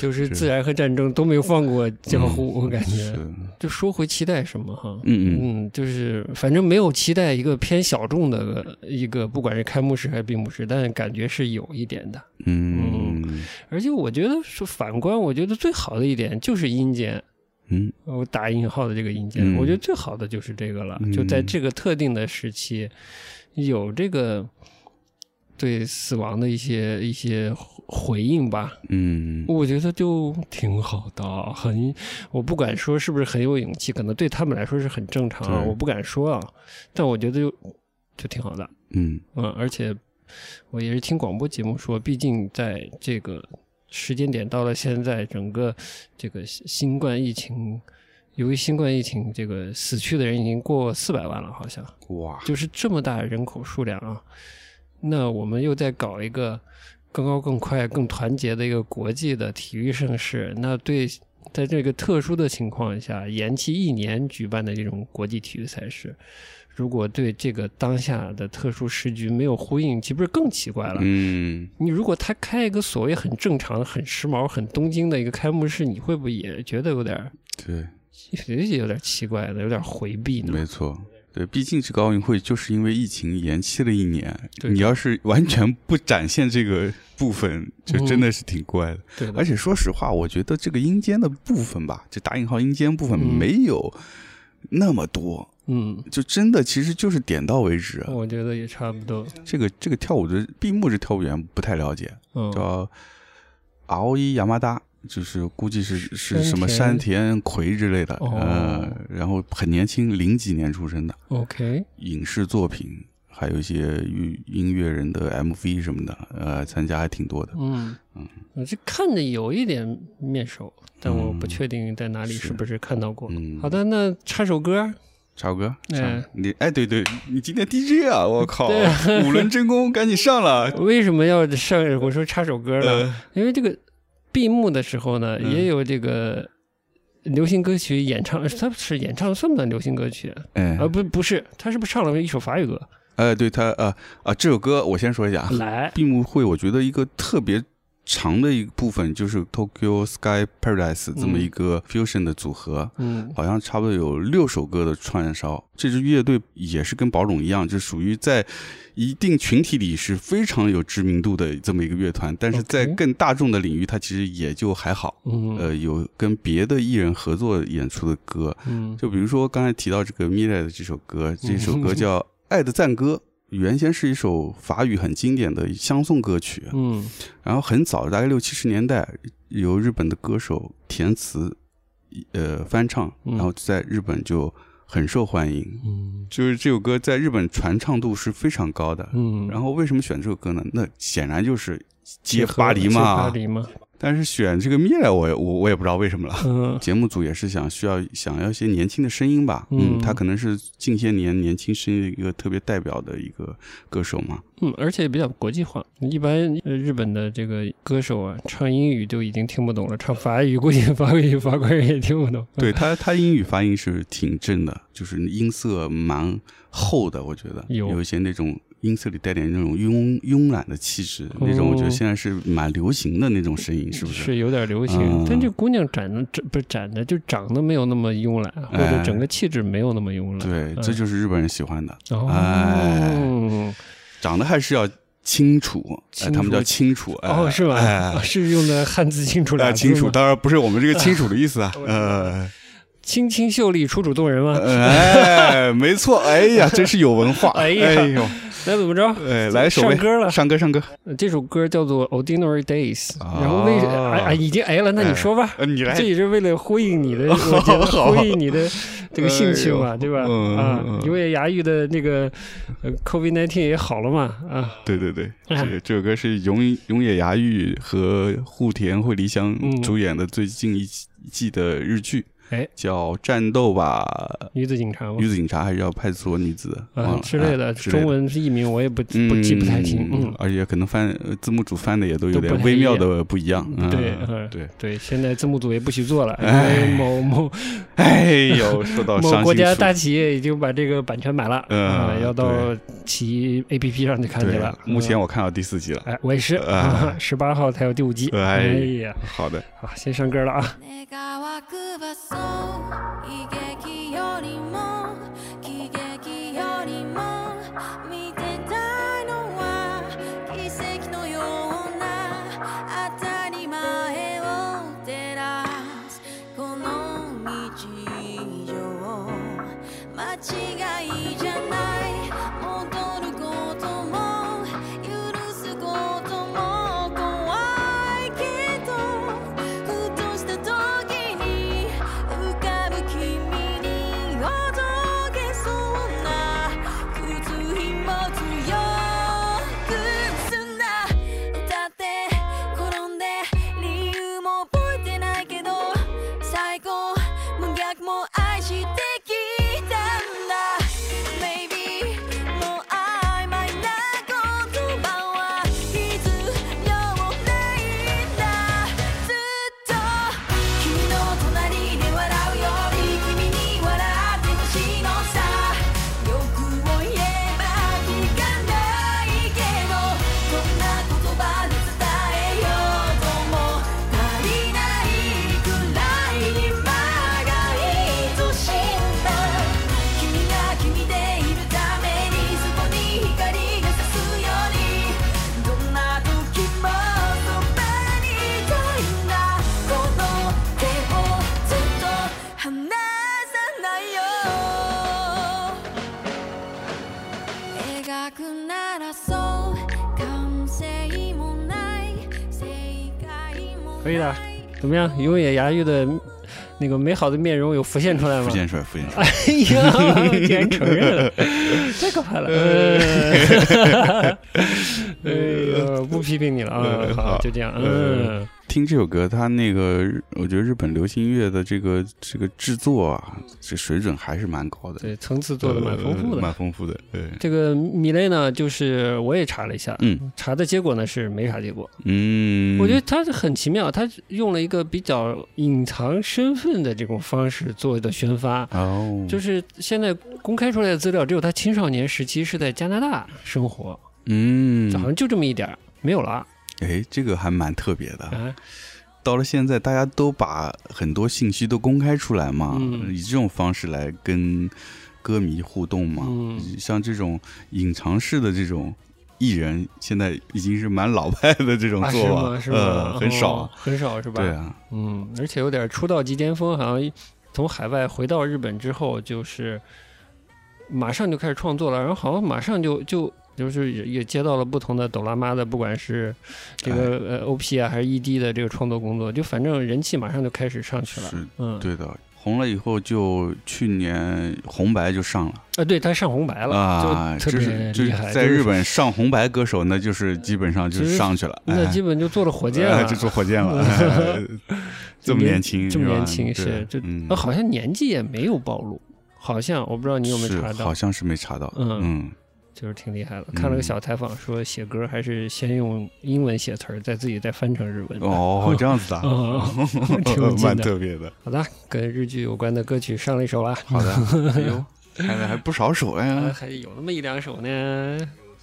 Speaker 2: 就是自然和战争都没有放过江湖，我感
Speaker 1: 是，
Speaker 2: 觉。
Speaker 1: 嗯
Speaker 2: 就说回期待什么哈，
Speaker 1: 嗯
Speaker 2: 嗯，就是反正没有期待一个偏小众的一个，不管是开幕式还是闭幕式，但感觉是有一点的。
Speaker 1: 嗯
Speaker 2: 而且我觉得是反观，我觉得最好的一点就是阴间，
Speaker 1: 嗯
Speaker 2: 我打引号的这个阴间，
Speaker 1: 嗯
Speaker 2: 我觉得最好的就是这个了，
Speaker 1: 嗯
Speaker 2: 就在这个特定的时期，有这个对死亡的一些一些回应吧，
Speaker 1: 嗯
Speaker 2: 我觉得就挺好的，很我不敢说是不是很有勇气，可能对他们来说是很正常啊，
Speaker 1: 对
Speaker 2: 我不敢说啊，但我觉得就就挺好的，
Speaker 1: 嗯
Speaker 2: 嗯，而且我也是听广播节目说，毕竟在这个时间点到了现在，整个这个新新冠疫情，由于新冠疫情，这个死去的人已经过四百万了，好像
Speaker 1: 哇，
Speaker 2: 就是这么大人口数量啊。那我们又在搞一个更高、更快、更团结的一个国际的体育盛世，那对。在这个特殊的情况下，延期一年举办的这种国际体育赛事，如果对这个当下的特殊时局没有呼应，岂不是更奇怪了？
Speaker 1: 嗯
Speaker 2: 你如果他开一个所谓很正常、很时髦、很东京的一个开幕式，你会不会也觉得有点儿，
Speaker 1: 对。
Speaker 2: 也有点奇怪的，有点回避呢？
Speaker 1: 没错，对，毕竟这个奥运会就是因为疫情延期了一年，
Speaker 2: 对
Speaker 1: 你要是完全不展现这个部分，就
Speaker 2: 嗯
Speaker 1: 真的是挺怪的。
Speaker 2: 对的
Speaker 1: 而，且说实话，我觉得这个阴间的部分吧，就打引号阴间部分
Speaker 2: 嗯
Speaker 1: 没有那么多，
Speaker 2: 嗯，
Speaker 1: 就真的其实就是点到为止。
Speaker 2: 我觉得也差不多。
Speaker 1: 这个
Speaker 2: 哦
Speaker 1: 这个跳舞的闭幕式跳舞员不太了解，
Speaker 2: 嗯，
Speaker 1: 叫敖伊亚麻达，E 就是估计是
Speaker 2: 山
Speaker 1: 是什么
Speaker 2: 田
Speaker 1: 山田葵之类的，
Speaker 2: 哦
Speaker 1: 呃，然后很年轻，零几年出生的，
Speaker 2: OK，
Speaker 1: 影视作品，还有一些音音乐人的 MV 什么的，呃，参加还挺多的。
Speaker 2: 嗯，我这看着有一点面熟，但我不确定在哪里
Speaker 1: 嗯是
Speaker 2: 是不是看到过。
Speaker 1: 嗯
Speaker 2: 好的，那插首歌，啊
Speaker 1: 超哥，
Speaker 2: 哎
Speaker 1: 唱你哎，对对，你今天 DJ 啊！我靠，
Speaker 2: 对
Speaker 1: 五轮真功，赶紧上 了。
Speaker 2: 为什么要上？我说插首歌呢？
Speaker 1: 呃，嗯
Speaker 2: 因为这个闭幕的时候呢，也有这个流行歌曲演唱，它是演唱算不算流行歌曲？
Speaker 1: 哎
Speaker 2: 啊，，不，不是，他是不是唱了一首法语歌？
Speaker 1: 哎，对他，呃啊，这首歌我先说一下啊，
Speaker 2: 来，
Speaker 1: 闭幕会，我觉得一个特别长的一个部分就是 Tokyo Sky Paradise 这么
Speaker 2: 嗯
Speaker 1: 一个 fusion 的组合，
Speaker 2: 嗯
Speaker 1: 好像差不多有六首歌的串烧。这支乐队也是跟宝冢一样，就属于在一定群体里是非常有知名度的这么一个乐团，但是在
Speaker 2: OK
Speaker 1: 更大众的领域，它其实也就还好。
Speaker 2: 嗯
Speaker 1: 呃，有跟别的艺人合作演出的歌，
Speaker 2: 嗯
Speaker 1: 就比如说刚才提到这个 Mira 的这首歌，这首歌叫《爱的赞歌》，原先是一首法语很经典的相送歌曲，
Speaker 2: 嗯
Speaker 1: 然后很早，大概六七十年代，由日本的歌手填词，呃，翻唱，
Speaker 2: 嗯
Speaker 1: 然后在日本就很受欢迎。
Speaker 2: 嗯
Speaker 1: 就是这首歌在日本传唱度是非常高的。
Speaker 2: 嗯，
Speaker 1: 然后为什么选这首歌呢？那显然就是
Speaker 2: 结
Speaker 1: 接
Speaker 2: 合
Speaker 1: 巴黎
Speaker 2: 结合巴
Speaker 1: 嘛。
Speaker 2: 黎嘛，
Speaker 1: 但是选这个 Mira，我也我我也不知道为什么了。
Speaker 2: 嗯
Speaker 1: 节目组也是想需要想要一些年轻的声音吧，
Speaker 2: 嗯
Speaker 1: 嗯，他可能是近些年年轻声音的一个特别代表的一个歌手嘛，
Speaker 2: 嗯，而且比较国际化。一般呃日本的这个歌手啊，唱英语就已经听不懂了，唱法语估计 法语法国人也听不懂。
Speaker 1: 对他他英语发音是挺正的，就是音色蛮厚的，我觉得
Speaker 2: 有
Speaker 1: 一些那种音色里带点那种慵慵懒的气质，那种我觉得现在是蛮流行的那种声音，是不是？
Speaker 2: 哦是有点流行，
Speaker 1: 嗯
Speaker 2: 但这姑娘长得长不是长得就长得没有那么慵懒，或者
Speaker 1: 哎
Speaker 2: 整个气质没有那么慵懒。
Speaker 1: 对，这就是日本人喜欢的，
Speaker 2: 哦
Speaker 1: 哎长得还是要清楚，
Speaker 2: 清
Speaker 1: 哎，他们
Speaker 2: 楚
Speaker 1: 叫清楚，哎
Speaker 2: 哦，是吧？
Speaker 1: 哎
Speaker 2: 啊是用的汉字清楚俩
Speaker 1: 哎，
Speaker 2: 字
Speaker 1: 清楚，
Speaker 2: 吗
Speaker 1: 当然不是我们这个清楚的意 思啊
Speaker 2: 我，知道
Speaker 1: 呃。
Speaker 2: 清清秀丽，楚楚动人吗？
Speaker 1: 哎，没错，哎呀，真是有文化，
Speaker 2: 哎
Speaker 1: 哎
Speaker 2: 呀
Speaker 1: 呦，
Speaker 2: 来怎么着？
Speaker 1: 哎，来首
Speaker 2: 上
Speaker 1: 呗，
Speaker 2: 歌了，
Speaker 1: 上歌上歌，
Speaker 2: 呃这首歌叫做《Ordinary Days》，
Speaker 1: 啊
Speaker 2: 然后为哎哎已经哎了，那你说吧，
Speaker 1: 呃你来
Speaker 2: 这，也是为了呼应你的，我觉得
Speaker 1: 好
Speaker 2: 呼应你的这个兴趣
Speaker 1: 哎
Speaker 2: 嘛，
Speaker 1: 呦
Speaker 2: 对吧？
Speaker 1: 嗯
Speaker 2: 啊
Speaker 1: 嗯，嗯
Speaker 2: 有眼牙玉的那个呃 COVID 1 9也好了嘛，啊，
Speaker 1: 对 对对，
Speaker 2: 哎
Speaker 1: 这这首歌是永永野芽郁和户田惠梨香
Speaker 2: 嗯
Speaker 1: 主演的最近一季一季的日剧，
Speaker 2: 哎
Speaker 1: 叫《战斗吧
Speaker 2: 女子警察嘛
Speaker 1: 女，子警察》还是叫《派出所女子》
Speaker 2: 啊
Speaker 1: 忘了
Speaker 2: 之类的，
Speaker 1: 啊
Speaker 2: 中文译名我也不
Speaker 1: 嗯
Speaker 2: 不记不太清，嗯，
Speaker 1: 而且可能翻呃字幕组翻的也都有
Speaker 2: 都不
Speaker 1: 点
Speaker 2: 太
Speaker 1: 微妙
Speaker 2: 一样
Speaker 1: 的不一样，嗯
Speaker 2: 对嗯
Speaker 1: 对，
Speaker 2: 对，现在字幕组也不许做了，因
Speaker 1: 哎
Speaker 2: 为某某
Speaker 1: 哎呦，说到伤
Speaker 2: 某
Speaker 1: 心
Speaker 2: 国家
Speaker 1: 处
Speaker 2: 大企业已经把这个版权买了，
Speaker 1: 嗯
Speaker 2: 啊要到
Speaker 1: 对
Speaker 2: 企 A P P 上去看去
Speaker 1: 对
Speaker 2: 了。
Speaker 1: 目前
Speaker 2: 嗯
Speaker 1: 我看到第四集了，
Speaker 2: 哎，我也是
Speaker 1: 啊，
Speaker 2: 十八号才有第五集。
Speaker 1: 哎
Speaker 2: 呀，
Speaker 1: 好的。
Speaker 2: 好，先上歌了啊。
Speaker 4: 願わくばそう悲劇よりも喜劇よりも見てたいのは奇跡のような当たり前を照らすこの日常間違いじゃない戻ることも許すことも怖いけどふとした時に浮かぶ君にほどけそうな靴ひも強くすんだ歌って転んで理由も覚えてないけど最高無逆も愛してきたんだ Maybe もう曖昧な言葉は必要ないんだずっと君の隣で笑うより君に笑ってほしいのさ欲を言えば聞かないけどこんな言葉で伝えようとも足りないくらいにまが愛しんだ君が君でいるためにそこに光が差すようにどんな時もそばにいたいんだこの手をずっと離さないよ描くならそう完成もない正解も
Speaker 2: 可以
Speaker 4: な
Speaker 2: 的
Speaker 4: い
Speaker 2: 怎么样？永野芽郁的那个美好的面容有浮现出来吗
Speaker 1: 福？建帅，福建帅。
Speaker 2: 哎 呀，竟然承认 了，太可怕了！呃 哎呦，不批评你了啊，
Speaker 1: 嗯
Speaker 2: 好，
Speaker 1: 好
Speaker 2: 就这样，
Speaker 1: 嗯
Speaker 2: 嗯，
Speaker 1: 听这首歌，它那个我觉得日本流行音乐的这个这个制作啊，这水准还是蛮高的，
Speaker 2: 对，层次做的蛮丰富
Speaker 1: 呃
Speaker 2: 的。
Speaker 1: 蛮丰富的。对，
Speaker 2: 这个米勒呢，就是我也查了一下，
Speaker 1: 嗯
Speaker 2: 查的结果呢是没啥结果。
Speaker 1: 嗯，
Speaker 2: 我觉得他很奇妙，他用了一个比较隐藏身份的这种方式做的宣发。
Speaker 1: 哦，
Speaker 2: 就是现在公开出来的资料，只有他青少年时期是在加拿大生活，
Speaker 1: 嗯
Speaker 2: 就，好像就这么一点儿，没有了
Speaker 1: 哎，这个还蛮特别的。
Speaker 2: 啊。
Speaker 1: 到了现在，大家都把很多信息都公开出来嘛，
Speaker 2: 嗯
Speaker 1: 以这种方式来跟歌迷互动嘛。
Speaker 2: 嗯
Speaker 1: 像这种隐藏式的这种艺人，现在已经是蛮老派的这种
Speaker 2: 啊，
Speaker 1: 做
Speaker 2: 是
Speaker 1: 法，
Speaker 2: 吗？是吗
Speaker 1: 呃，？很少。
Speaker 2: 哦很少是吧？
Speaker 1: 对啊，
Speaker 2: 嗯，而且有点出道即巅峰，好像从海外回到日本之后，就是马上就开始创作了，然后好像马上就就就是也也接到了不同的抖拉妈的，不管是这
Speaker 1: 哎
Speaker 2: 个呃 OP 啊还是 ED 的这个创作工作，就反正人气马上就开始上去了。
Speaker 1: 是
Speaker 2: 嗯，
Speaker 1: 对的。红了以后就去年红白就上了
Speaker 2: 啊，对他上红白了，
Speaker 1: 啊，
Speaker 2: 就
Speaker 1: 这
Speaker 2: 特
Speaker 1: 是
Speaker 2: 别
Speaker 1: 这
Speaker 2: 厉害，
Speaker 1: 在
Speaker 2: 就是
Speaker 1: 日本上红白歌手那就是基本上就
Speaker 2: 其
Speaker 1: 是
Speaker 2: 实
Speaker 1: 上去了，
Speaker 2: 那
Speaker 1: 哎
Speaker 2: 基本就做了火箭
Speaker 1: 哎
Speaker 2: 了，
Speaker 1: 就做火 箭了，哎这么年轻，
Speaker 2: 这么
Speaker 1: 是吧
Speaker 2: 年轻
Speaker 1: 对
Speaker 2: 是，就、
Speaker 1: 嗯
Speaker 2: 呃好像年纪也没有暴露，好像我不知道你有没有
Speaker 1: 是
Speaker 2: 查到
Speaker 1: 好，像是嗯没查到，
Speaker 2: 嗯
Speaker 1: 嗯
Speaker 2: 就是挺厉害的。看了个小采访，说写歌还是先用英文写词儿，再自己再翻成日文。
Speaker 1: 哦，这样子的，
Speaker 2: 哦挺有劲的
Speaker 1: 蛮特别 的。
Speaker 2: 好的，跟日剧有关的歌曲上了一首啦，
Speaker 1: 好的，哎呦，看来还不少手
Speaker 2: 啊
Speaker 1: 呀，
Speaker 2: 还有那么一两首呢。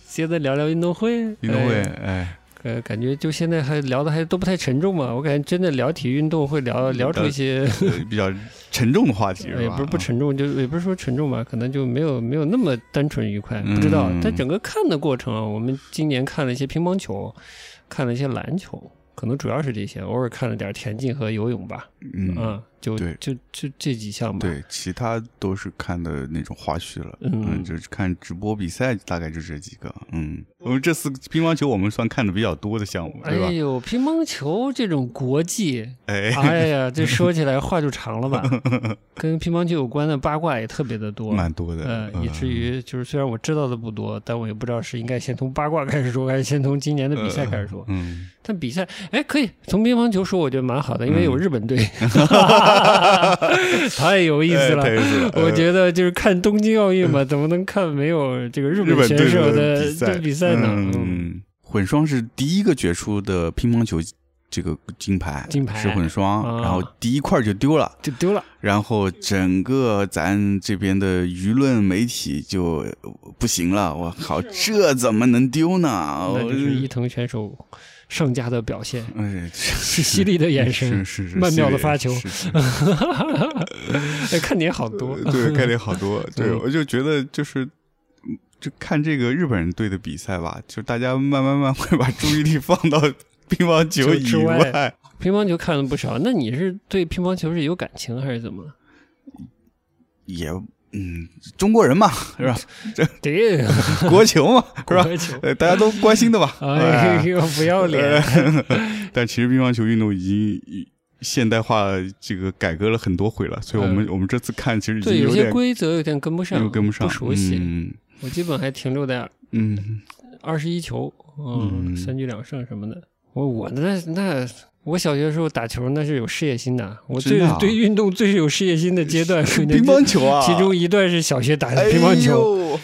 Speaker 2: 接着聊聊运动会，
Speaker 1: 运动会，
Speaker 2: 哎
Speaker 1: 哎，
Speaker 2: 呃，感觉就现在还聊的还都不太沉重嘛。我感觉真的聊体育运动会聊
Speaker 1: 嗯
Speaker 2: 聊出一些，
Speaker 1: 呃比较沉重的话题
Speaker 2: 哎也
Speaker 1: 是吧？
Speaker 2: 不是不沉重，就也不是说沉重吧，可能就没有没有那么单纯愉快，
Speaker 1: 嗯
Speaker 2: 不知道。但整个看的过程啊，我们今年看了一些乒乓球，看了一些篮球，可能主要是这些，偶尔看了点田径和游泳吧，
Speaker 1: 嗯，嗯
Speaker 2: 啊，就
Speaker 1: 对
Speaker 2: 就就这几项吧。
Speaker 1: 对，其他都是看的那种花絮了，
Speaker 2: 嗯
Speaker 1: 嗯，就是看直播比赛，大概就这几个，嗯，我们这次乒乓球我们算看的比较多的项目，
Speaker 2: 哎
Speaker 1: 对吧？
Speaker 2: 呦，乒乓球这种国际，
Speaker 1: 哎，
Speaker 2: 哎呀，这说起来话就长 了吧？跟乒乓球有关的八卦也特别的多，
Speaker 1: 蛮多的嗯
Speaker 2: 呃，，以至于就是虽然我知道的不多，但我也不知道是应该先从八卦开始说，还是先从今年的比赛开始说。
Speaker 1: 嗯，
Speaker 2: 但比赛，哎，可以从乒乓球说，我觉得蛮好的，因为有日本 队，太有意思了。
Speaker 1: 哎太有意思了
Speaker 2: 我觉得就是看东京奥运嘛，怎么能看没有这个日
Speaker 1: 呃日
Speaker 2: 本
Speaker 1: 本
Speaker 2: 选
Speaker 1: 队
Speaker 2: 手
Speaker 1: 的
Speaker 2: 的这比赛呢？嗯，
Speaker 1: 嗯，混双是第一个决出的乒乓球这个金牌，
Speaker 2: 金牌
Speaker 1: 是混双，
Speaker 2: 啊
Speaker 1: 然后第一块就丢了。
Speaker 2: 就丢了。
Speaker 1: 然后整个咱这边的舆论媒体就呃不行了，我靠，这怎么能丢呢？
Speaker 2: 那就是伊藤选手上佳的表 现，
Speaker 1: 哎，
Speaker 2: 是犀利的眼神，
Speaker 1: 是是是，
Speaker 2: 曼妙的
Speaker 1: 是
Speaker 2: 发球
Speaker 1: 是是
Speaker 2: 哎，看点好 多。
Speaker 1: 对，概率好 多。对，
Speaker 2: 嗯
Speaker 1: 我就觉得就是，嗯就看这个日本队的比赛吧，就大家慢慢慢会把注意力放到乒乓球
Speaker 2: 球
Speaker 1: 以
Speaker 2: 之外乒乓球看了不少，那你是对乒乓球是有感情还是怎么？
Speaker 1: 也嗯，中国人嘛， 是吧？
Speaker 2: 对，
Speaker 1: 国球嘛，是吧？
Speaker 2: 国球。
Speaker 1: 呃，大家都关心的吧？
Speaker 2: 哎呦，不要脸！
Speaker 1: 哎 但其实乒乓球运动已经现代化，这个改革了很多回了，所以我们、我们这次看其实已经
Speaker 2: 嗯对，有些
Speaker 1: 点
Speaker 2: 规则有点跟不上，
Speaker 1: 又跟不上，
Speaker 2: 熟悉。
Speaker 1: 嗯
Speaker 2: 我基本还停留在
Speaker 1: 嗯，
Speaker 2: 二十一球，嗯，
Speaker 1: 嗯
Speaker 2: 三局两胜什么的。我我那那我小学的时候打球那是有事业心的，我
Speaker 1: 真
Speaker 2: 最、
Speaker 1: 的啊
Speaker 2: 对运动最有事业心的阶 段，
Speaker 1: 乒乓球啊，
Speaker 2: 其中一段是小学打的乒乓球。
Speaker 1: 哎呦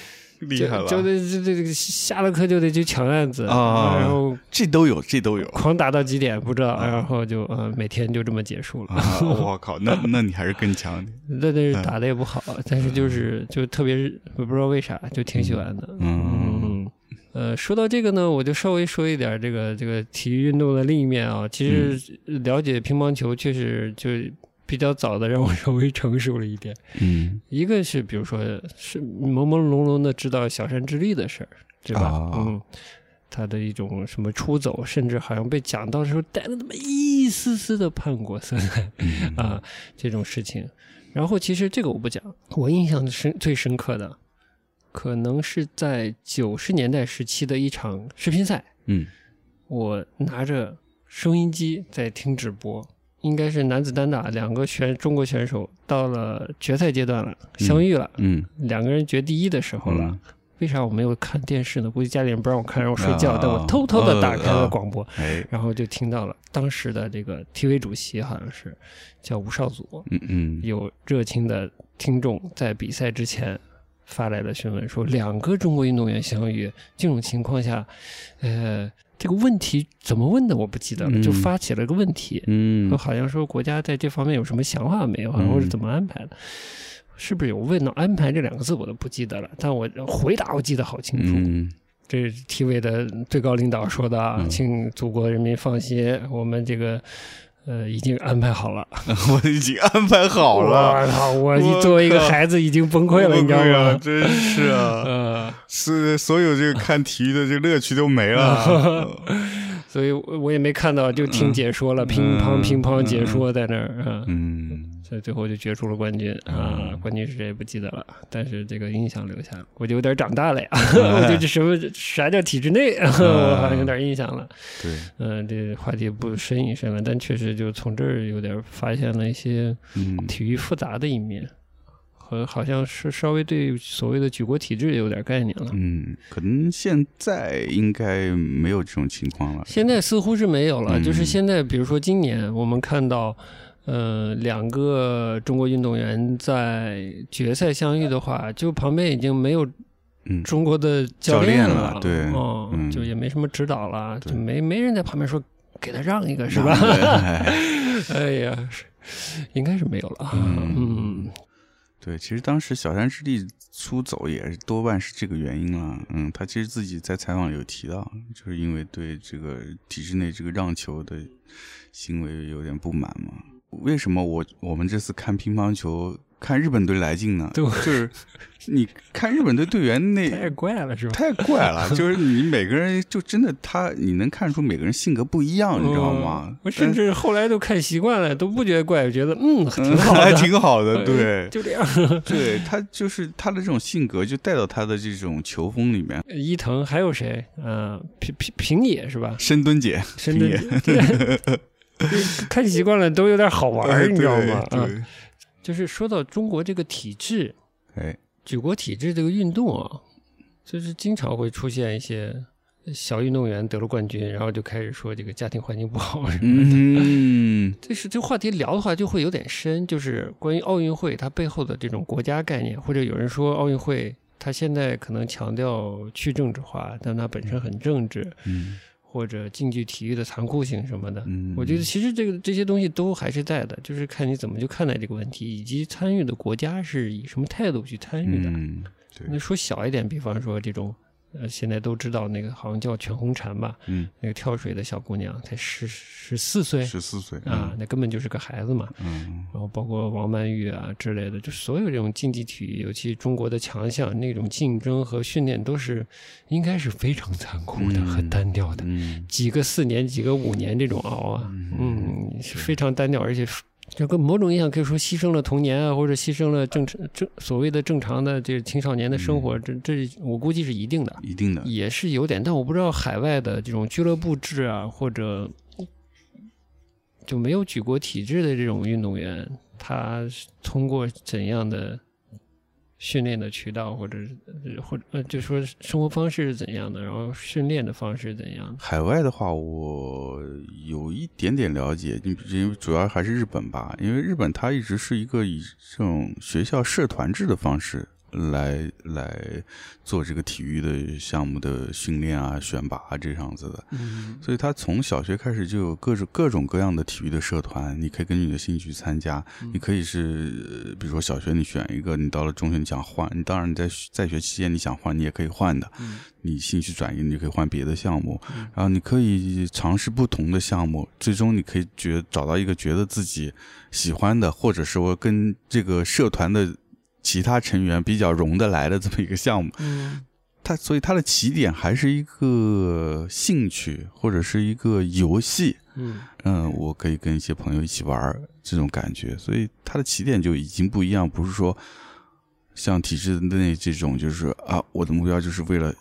Speaker 1: 厉害了，
Speaker 2: 就就得就得下了课就得去抢案子
Speaker 1: 啊
Speaker 2: 然后
Speaker 1: 这都有，这都有。
Speaker 2: 狂打到几点不知道，然后就呃每天就这么结束了。
Speaker 1: 啊！我靠，那那你还是更强的。
Speaker 2: 那那
Speaker 1: 嗯
Speaker 2: 是打的也不好，但是就是就特别是我不知道为啥就挺喜欢的。
Speaker 1: 嗯
Speaker 2: 嗯呃，说到这个呢，我就稍微说一点这个这个体育运动的另一面啊。其实
Speaker 1: 嗯
Speaker 2: 了解乒乓球确实就比较早的让我 稍微成熟了一点。
Speaker 1: 嗯，
Speaker 2: 一个是比如说是朦朦胧胧的知道小山之力的事儿，对吧？
Speaker 1: 啊
Speaker 2: 嗯，他的一种什么出走，甚至好像被讲到的时候带了那么一丝丝的叛国色彩、
Speaker 1: 嗯
Speaker 2: 啊，这种事情。然后其实这个我不讲，我印象深最深刻的，可能是在九十年代时期的一场世乒赛，
Speaker 1: 嗯，
Speaker 2: 我拿着收音机在听直播，应该是男子单打，两个选中国选手到了决赛阶段了，相遇了，
Speaker 1: 嗯，
Speaker 2: 两个人决第一的时候了。
Speaker 1: 嗯
Speaker 2: 为啥我没有看电视呢？估计家里人不让我看，让我睡觉，
Speaker 1: 啊
Speaker 2: 但我偷偷的打开
Speaker 1: 呃
Speaker 2: 了
Speaker 1: 啊
Speaker 2: 广播，
Speaker 1: 哎，
Speaker 2: 然后就听到了当时的这个 TV 主席好像是叫吴少祖，
Speaker 1: 嗯嗯，
Speaker 2: 有热情的听众在比赛之前发来了询问，说两个中国运动员相遇这种情况下，呃，这个问题怎么问的我不记得了，
Speaker 1: 嗯
Speaker 2: 就发起了个问题，说
Speaker 1: 嗯，
Speaker 2: 好像说国家在这方面有什么想法没有，啊，
Speaker 1: 嗯
Speaker 2: 或者怎么安排的。是不是有问到“安排”这两个字，我都不记得了，但我回答我记得好清楚。
Speaker 1: 嗯，
Speaker 2: 这是 TV 的最高领导说的啊，
Speaker 1: 嗯
Speaker 2: 请祖国人民放心，我们这个呃已经安排好了。
Speaker 1: 我已经安排好了，
Speaker 2: 我操！我
Speaker 1: 我
Speaker 2: 作为一个
Speaker 1: 靠
Speaker 2: 孩子已经崩溃了，你知道
Speaker 1: 崩溃了
Speaker 2: 吗？
Speaker 1: 真是 啊，
Speaker 2: 呃，
Speaker 1: 是所有这个看体育的这个乐趣都没 了。
Speaker 2: 所以我我也没看到，就听解说了，乒乓乒乓解说在那儿啊，
Speaker 1: 嗯，
Speaker 2: 所以最后就决出了冠军啊
Speaker 1: 嗯，
Speaker 2: 冠军是谁不记得了，但是这个印象留下了，我就有点长大了呀，
Speaker 1: 嗯
Speaker 2: 我就这什么啥叫体制内， 我好像有点印象了。
Speaker 1: 对，
Speaker 2: 嗯，这话题不深一深了，但确实就从这儿有点发现了一些
Speaker 1: 嗯
Speaker 2: 体育复杂的一面，和好像是稍微对所谓的举国体制有点概念了。
Speaker 1: 嗯，可能现在应该没有这种情况了。
Speaker 2: 现在似乎是没有了，
Speaker 1: 嗯
Speaker 2: 就是现在，比如说今年我们看到，呃，两个中国运动员在决赛相遇的话，就旁边已经没有
Speaker 1: 嗯
Speaker 2: 中国的练
Speaker 1: 教练了对
Speaker 2: 哦，
Speaker 1: 嗯
Speaker 2: 就也没什么指导了，
Speaker 1: 对
Speaker 2: 就没没人在旁边说给他让一个是吧？
Speaker 1: 对
Speaker 2: 哎呀，是应该是没有了，
Speaker 1: 嗯
Speaker 2: 嗯
Speaker 1: 对，其实当时小山之力出走也是多半是这个原因了。嗯，他其实自己在采访有提到，就是因为对这个体制内这个让球的行为有点不满嘛。为什么我我们这次看乒乓球看日本队来劲呢？
Speaker 2: 对
Speaker 1: 就是你看日本队队 员那
Speaker 2: 太怪了是吧？
Speaker 1: 太 怪了，就是你每个人就真的他，你能看出每个人性格不一样，你知道
Speaker 2: 嗯
Speaker 1: 吗？
Speaker 2: 我甚至后来都看习惯了，都不觉得怪，觉得嗯挺
Speaker 1: 嗯
Speaker 2: 好
Speaker 1: 还
Speaker 2: 的，
Speaker 1: 挺好 的，对，
Speaker 2: 就这样。
Speaker 1: 对他就是他的这种性格就带到他的这种球风里面。
Speaker 2: 伊藤还有谁？嗯、平平平野是吧？
Speaker 1: 深蹲姐，
Speaker 2: 深蹲，对看习惯了都有点好玩儿，你知道吗？
Speaker 1: 对
Speaker 2: 啊，就是说到中国这个体制，
Speaker 1: 对，哎，
Speaker 2: 举国体制这个运动啊，就是经常会出现一些小运动员得了冠军，然后就开始说这个家庭环境不好什么的。
Speaker 1: 嗯，
Speaker 2: 这是这话题聊的话就会有点深，就是关于奥运会它背后的这种国家概念，或者有人说奥运会它现在可能强调去政治化，但它本身很政治，
Speaker 1: 嗯
Speaker 2: 或者竞技体育的残酷性什么的。
Speaker 1: 嗯
Speaker 2: 我觉得其实这个这些东西都还是在的，就是看你怎么去看待这个问题，以及参与的国家是以什么态度去参与的。
Speaker 1: 嗯，对
Speaker 2: 那，说小一点，比方说这种，呃，现在都知道那个好像叫全红婵吧，
Speaker 1: 嗯，
Speaker 2: 那个跳水的小姑娘才十十四岁
Speaker 1: 十四岁
Speaker 2: 啊，，那根本就是个孩子嘛。
Speaker 1: 嗯
Speaker 2: 然后包括王曼玉啊之类的，就所有这种竞技体育，尤其中国的强项，那种竞争和训练都是应该是非常残酷的
Speaker 1: 嗯
Speaker 2: 和单调的，
Speaker 1: 嗯
Speaker 2: 几个四年、几个五年这种熬啊，嗯，是非常单调，而且就跟某种意义上可以说牺牲了童年啊，或者牺牲了正常正所谓的正常的这青少年的生活，这这我估计是一定的。
Speaker 1: 一定的，
Speaker 2: 也是有点，但我不知道海外的这种俱乐部制啊，或者就没有举国体制的这种运动员，他是通过怎样的训练的渠道，或者呃或者呃，就说生活方式是怎样的，然后训练的方式是怎样的？
Speaker 1: 海外的话，我有一点点了解，因因为主要还是日本吧，因为日本它一直是一个以这种学校社团制的方式来来做这个体育的项目的训练啊、选拔啊这样子的，
Speaker 2: 嗯
Speaker 1: 所以他从小学开始就有各种各种各样的体育的社团，你可以根据你的兴趣参加，你可以是呃比如说小学你选一个，你到了中学你想换，你当然你在学在学期间你想换你也可以换的，你兴趣转移你就可以换别的项目，然后你可以尝试不同的项目，最终你可以觉找到一个觉得自己喜欢的，或者说跟这个社团的其他成员比较融得来的这么一个项目。
Speaker 2: 嗯
Speaker 1: 它所以它的起点还是一个兴趣或者是一个游戏，
Speaker 2: 嗯
Speaker 1: 嗯，我可以跟一些朋友一起玩儿这种感觉，所以它的起点就已经不一样，不是说像体制内这种就是啊，我的目标就是为了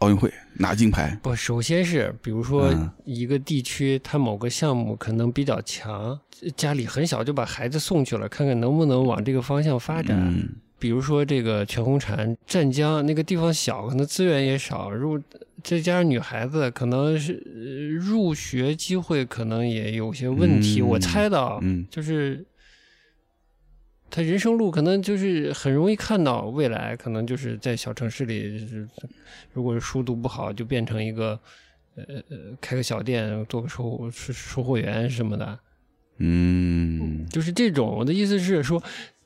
Speaker 1: 奥运会拿金牌，
Speaker 2: 不，首先是比如说
Speaker 1: 嗯
Speaker 2: 一个地区，它某个项目可能比较强，家里很小就把孩子送去了，看看能不能往这个方向发展。
Speaker 1: 嗯
Speaker 2: 比如说这个全红婵，湛江那个地方小，可能资源也少，入再加上女孩子，可能是呃入学机会可能也有些问题。
Speaker 1: 嗯
Speaker 2: 我猜到，
Speaker 1: 嗯
Speaker 2: 就是他人生路可能就是很容易看到未来，可能就是在小城市里，就是如果书读不好，就变成一个呃呃开个小店，做个售售售货员什么的。
Speaker 1: 嗯
Speaker 2: 就是这种。我的意思是说，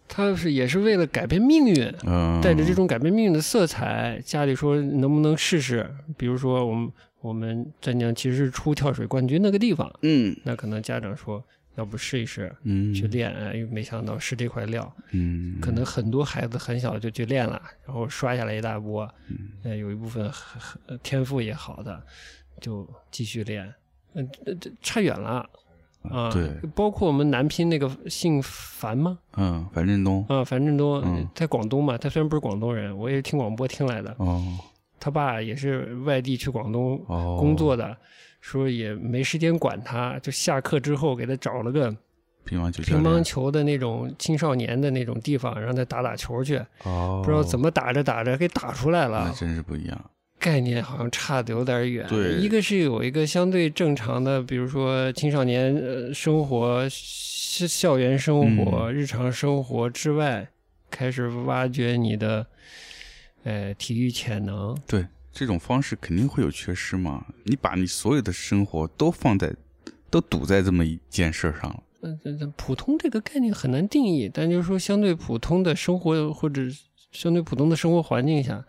Speaker 2: 他是也是为了改变命运，
Speaker 1: 嗯，
Speaker 2: 带着这种改变命运的色彩，家里说能不能试试？比如说我们我们湛江其实是出跳水冠军那个地方，
Speaker 1: 嗯
Speaker 2: 那可能家长说，要不试一试。
Speaker 1: 嗯
Speaker 2: 去练，哎，没想到是这块料，
Speaker 1: 嗯
Speaker 2: 可能很多孩子很小就去练了，然后刷下来一大波，
Speaker 1: 嗯
Speaker 2: 呃，有一部分很很天赋也好的，就继续练，嗯、这这差远了啊。
Speaker 1: 对，
Speaker 2: 包括我们南拼那个姓樊吗？
Speaker 1: 嗯樊振东
Speaker 2: 啊，樊振东、
Speaker 1: 嗯
Speaker 2: 在广东嘛，他虽然不是广东人，我也是听广播听来的，
Speaker 1: 哦
Speaker 2: 他爸也是外地去广东
Speaker 1: 哦
Speaker 2: 工作的。说也没时间管他，就下课之后给他找了个
Speaker 1: 乒乓球教
Speaker 2: 乒乓
Speaker 1: 练
Speaker 2: 球的那种青少年的那种地方，让他打打球去。
Speaker 1: 哦
Speaker 2: 不知道怎么打着打着给打出来
Speaker 1: 那
Speaker 2: 了，
Speaker 1: 真是不一样
Speaker 2: 概念好像差的有点远。
Speaker 1: 对
Speaker 2: 一个是有一个相对正常的，比如说青少年呃生活、校校园生活、日常生活之外，开始挖掘你的呃体育潜能。
Speaker 1: 对这种方式肯定会有缺失嘛，你把你所有的生活都放在都堵在这么一件事上了，
Speaker 2: 嗯、呃呃，普通这个概念很难定义，但就是说相对普通的生活或者相对普通的生活环境下，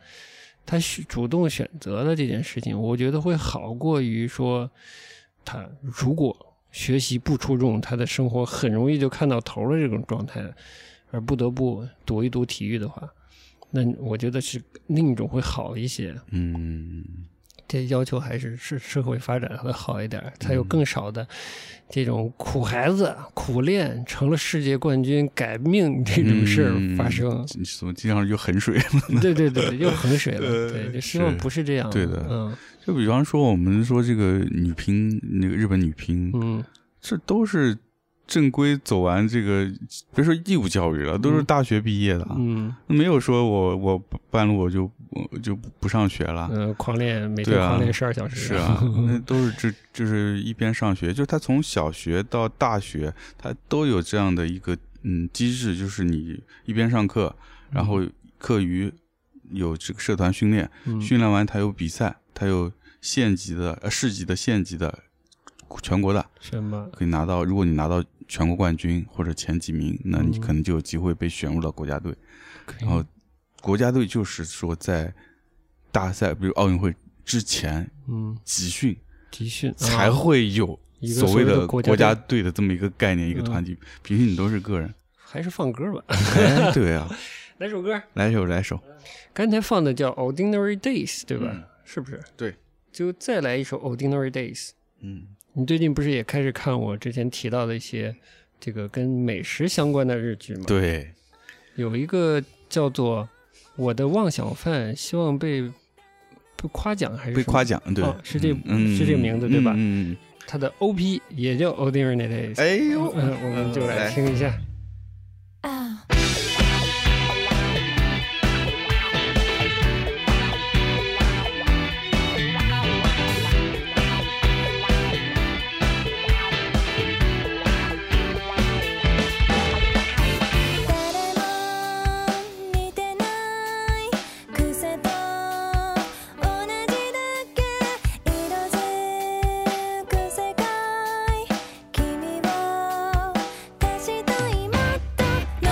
Speaker 2: 他选主动选择了这件事情，我觉得会好过于说他如果学习不出众，他的生活很容易就看到头了这种状态，而不得不读一读体育的话，那我觉得是另一种会好一些。
Speaker 1: 嗯
Speaker 2: 这要求还是社社会发展会好一点儿，才有
Speaker 1: 嗯
Speaker 2: 更少的这种苦孩子啊苦练成了世界冠军改命这种
Speaker 1: 嗯
Speaker 2: 事儿发生。
Speaker 1: 你怎么经常就衡水？
Speaker 2: 对对对，又衡水了。
Speaker 1: 呃
Speaker 2: 对，就希望
Speaker 1: 是
Speaker 2: 不是这样。
Speaker 1: 对的啊
Speaker 2: 嗯
Speaker 1: 就比方说我们说这个女乒，那个日本女乒，
Speaker 2: 嗯，
Speaker 1: 这都是正规走完这个，别说义务教育了，都是大学毕业的，
Speaker 2: 嗯
Speaker 1: 没有说我我半路我就我就不上学了。
Speaker 2: 呃，狂练每天
Speaker 1: 对啊
Speaker 2: 狂练十二小时。
Speaker 1: 是 啊，那都是这就是一边上学，就是他从小学到大学，他都有这样的一个嗯机制，就是你一边上课，然后课余有这个社团训练，
Speaker 2: 嗯
Speaker 1: 训练完他有比赛，他有县级的、呃市级的、县级的、全国的，
Speaker 2: 什么？
Speaker 1: 可以拿到。如果你拿到全国冠军或者前几名，那你
Speaker 2: 嗯
Speaker 1: 可能就有机会被选入到国家队。然后，国家队就是说在大赛，比如奥运会之前
Speaker 2: 嗯，
Speaker 1: 集训
Speaker 2: 集训
Speaker 1: 才
Speaker 2: 啊
Speaker 1: 会有
Speaker 2: 一个
Speaker 1: 所谓
Speaker 2: 所谓的
Speaker 1: 的
Speaker 2: 国
Speaker 1: 国
Speaker 2: 家队
Speaker 1: 家队的这么一个概念，一个
Speaker 2: 嗯
Speaker 1: 团体。平时你都是 个人。
Speaker 2: 还是放歌吧，
Speaker 1: 哎，对啊，
Speaker 2: 来首歌。
Speaker 1: 来一首，来一首。
Speaker 2: 刚才放的叫《Ordinary Days》，对吧？是不是？
Speaker 1: 嗯对，
Speaker 2: 就再来一首《Ordinary Days》。
Speaker 1: 嗯，
Speaker 2: 你最近不是也开始看我之前提到的一些这个跟美食相关的日剧吗？，
Speaker 1: 对，
Speaker 2: 有一个叫做《我的妄想饭》，希望被被夸奖还是
Speaker 1: 被
Speaker 2: 什么
Speaker 1: 夸？奖，对
Speaker 2: 哦，是这
Speaker 1: 嗯
Speaker 2: 是这个名字对吧
Speaker 1: 嗯，嗯
Speaker 2: 它的 OP 也叫《Ordinary
Speaker 1: 嗯
Speaker 2: Days》。
Speaker 1: 哎呦，
Speaker 2: 嗯，我们就来
Speaker 1: 来
Speaker 2: 听一下。
Speaker 4: Ah.「誰も見てない癖と同じだけ」「色づく世界」「君を足したい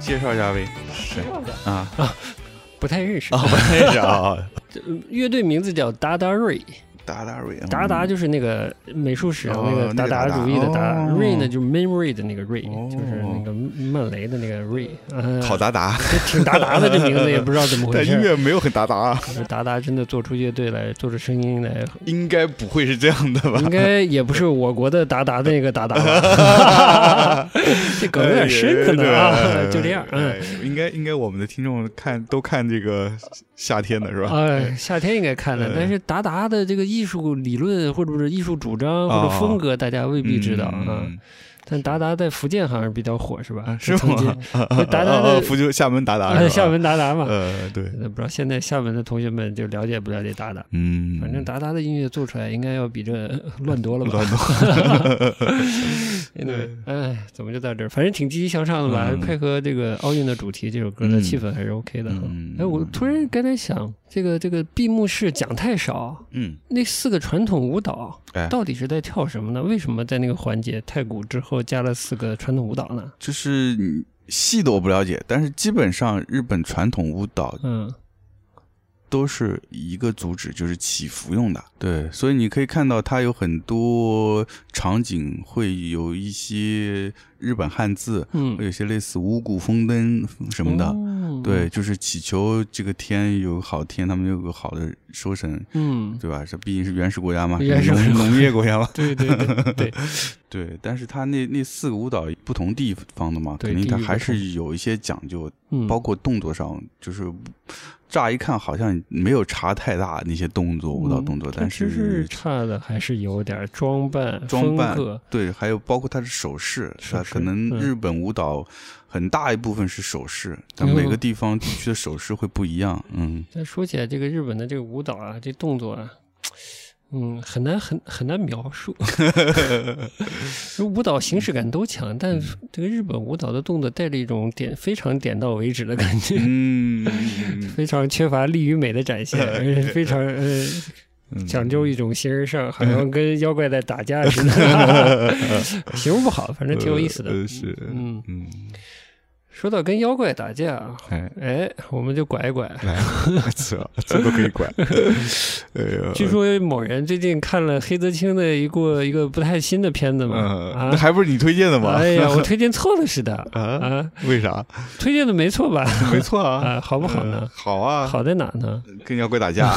Speaker 1: 介绍一下 呗。
Speaker 2: 谁让的？
Speaker 1: 啊
Speaker 2: 不太认识。
Speaker 1: 啊，不
Speaker 2: 哎
Speaker 1: 认识 啊，
Speaker 2: 这乐队名字叫达达瑞，
Speaker 1: 达达瑞，
Speaker 2: 达达就是那个美术史上那
Speaker 1: 哦
Speaker 2: 个达
Speaker 1: 那个达
Speaker 2: 达
Speaker 1: 达
Speaker 2: 主义的达达，
Speaker 1: 哦
Speaker 2: 瑞呢就是 memory 的那个瑞，
Speaker 1: 哦
Speaker 2: 就是那个曼雷的那个瑞。呃
Speaker 1: 好达达，
Speaker 2: 这挺达达的这名字，也不知道怎么回
Speaker 1: 但
Speaker 2: 事
Speaker 1: 音
Speaker 2: 儿。
Speaker 1: 乐没有很达啊达，
Speaker 2: 就是达达真的做出乐队来，做出声音来，
Speaker 1: 应该不会是这样的吧
Speaker 2: 应？该也不是我国的达达的那个达达 吧？这梗有点深，可能
Speaker 1: 哎
Speaker 2: 啊，
Speaker 1: 对
Speaker 2: 就这样，嗯。
Speaker 1: 哎应该应该我们的听众看都看这个夏天的是吧？
Speaker 2: 啊，夏天应该看的
Speaker 1: 呃，
Speaker 2: 但是达达的这个艺术理论或者是艺术主张或者风格，大家未必知道
Speaker 1: 哦嗯
Speaker 2: 啊。 但达达在福建好像是比较火，是吧？
Speaker 1: 是
Speaker 2: 曾经
Speaker 1: 吗？
Speaker 2: 达达呃
Speaker 1: 哦
Speaker 2: 的
Speaker 1: 哦 福州厦门达达是吧，
Speaker 2: 哎厦门达达嘛，
Speaker 1: 呃对，
Speaker 2: 那不知道现在厦门的同学们就了解不了解达达。
Speaker 1: 嗯，
Speaker 2: 反正达达的音乐做出来，应该要比这呃乱多了吧？
Speaker 1: 乱动
Speaker 2: 对，哎，怎么就到这儿？反正挺积极向上的吧，
Speaker 1: 嗯
Speaker 2: 配合这个奥运的主题，这首歌的
Speaker 1: 嗯
Speaker 2: 气氛还是 OK 的啊。
Speaker 1: 嗯
Speaker 2: 哎，我突然刚才想，这个这个闭幕式讲太少，
Speaker 1: 嗯，
Speaker 2: 那四个传统舞蹈
Speaker 1: 哎
Speaker 2: 到底是在跳什么呢？为什么在那个环节太鼓之后加了四个传统舞蹈呢？
Speaker 1: 就是你细的我不了解，但是基本上日本传统舞蹈
Speaker 2: 嗯，
Speaker 1: 都是一个主旨，就是祈福用的。对，所以你可以看到它有很多场景会有一些日本汉字，
Speaker 2: 嗯
Speaker 1: 会有些类似五谷丰登什么的。
Speaker 2: 哦
Speaker 1: 对，，就是祈求这个天有个好天，他们有个好的收成，
Speaker 2: 嗯，
Speaker 1: 对吧？这毕竟是原始国家嘛，
Speaker 2: 原始国家
Speaker 1: 农农业国 家嘛。
Speaker 2: 对对 对对，
Speaker 1: 对，但是他那那四个舞蹈不同地方的嘛，
Speaker 2: 对
Speaker 1: 肯定他
Speaker 2: 地域
Speaker 1: 还
Speaker 2: 不同
Speaker 1: 是有一些讲究，
Speaker 2: 嗯，
Speaker 1: 包括动作上，就是乍一看好像没有差太大那些动作舞蹈
Speaker 2: 嗯
Speaker 1: 动作，
Speaker 2: 它
Speaker 1: 但
Speaker 2: 只
Speaker 1: 是
Speaker 2: 是差的还是有点儿装扮、
Speaker 1: 装扮
Speaker 2: 风格
Speaker 1: 对，还有包括它的手势，
Speaker 2: 手
Speaker 1: 它
Speaker 2: 势
Speaker 1: 可能
Speaker 2: 嗯
Speaker 1: 日本舞蹈很大一部分是手势，但
Speaker 2: 嗯
Speaker 1: 每个地方地区的手势会不一样， 嗯。
Speaker 2: 但说起来，这个日本的这个舞蹈啊，这动作啊，嗯，很难很很难描 述。就舞蹈形式感都强，但
Speaker 1: 嗯
Speaker 2: 这个日本舞蹈的动作带着一种点非常点到为止的感觉，
Speaker 1: 嗯，
Speaker 2: 非常缺乏力与美的展现，而 且非常呃
Speaker 1: 嗯
Speaker 2: 讲究一种形而上，好像跟妖怪在打 架似的，形容不好，反正挺有意思的。
Speaker 1: 呃是，
Speaker 2: 嗯，
Speaker 1: 嗯，
Speaker 2: 说到跟妖怪打架啊，
Speaker 1: 哎，
Speaker 2: 哎，我们就拐一拐。
Speaker 1: 来，这这都可以管， 哎呦，
Speaker 2: 据说某人最近看了黑泽清的一个一个不太新的片子嘛，
Speaker 1: 嗯，那
Speaker 2: 啊，
Speaker 1: 还不是你推荐的吗？
Speaker 2: 哎呀，我推荐错了似的
Speaker 1: 啊，
Speaker 2: 啊，
Speaker 1: 为啥？
Speaker 2: 推荐的没错吧？
Speaker 1: 没错啊，
Speaker 2: 啊，好不好
Speaker 1: 嗯
Speaker 2: 呢？
Speaker 1: 好啊，
Speaker 2: 好在哪呢？
Speaker 1: 跟妖怪打 架，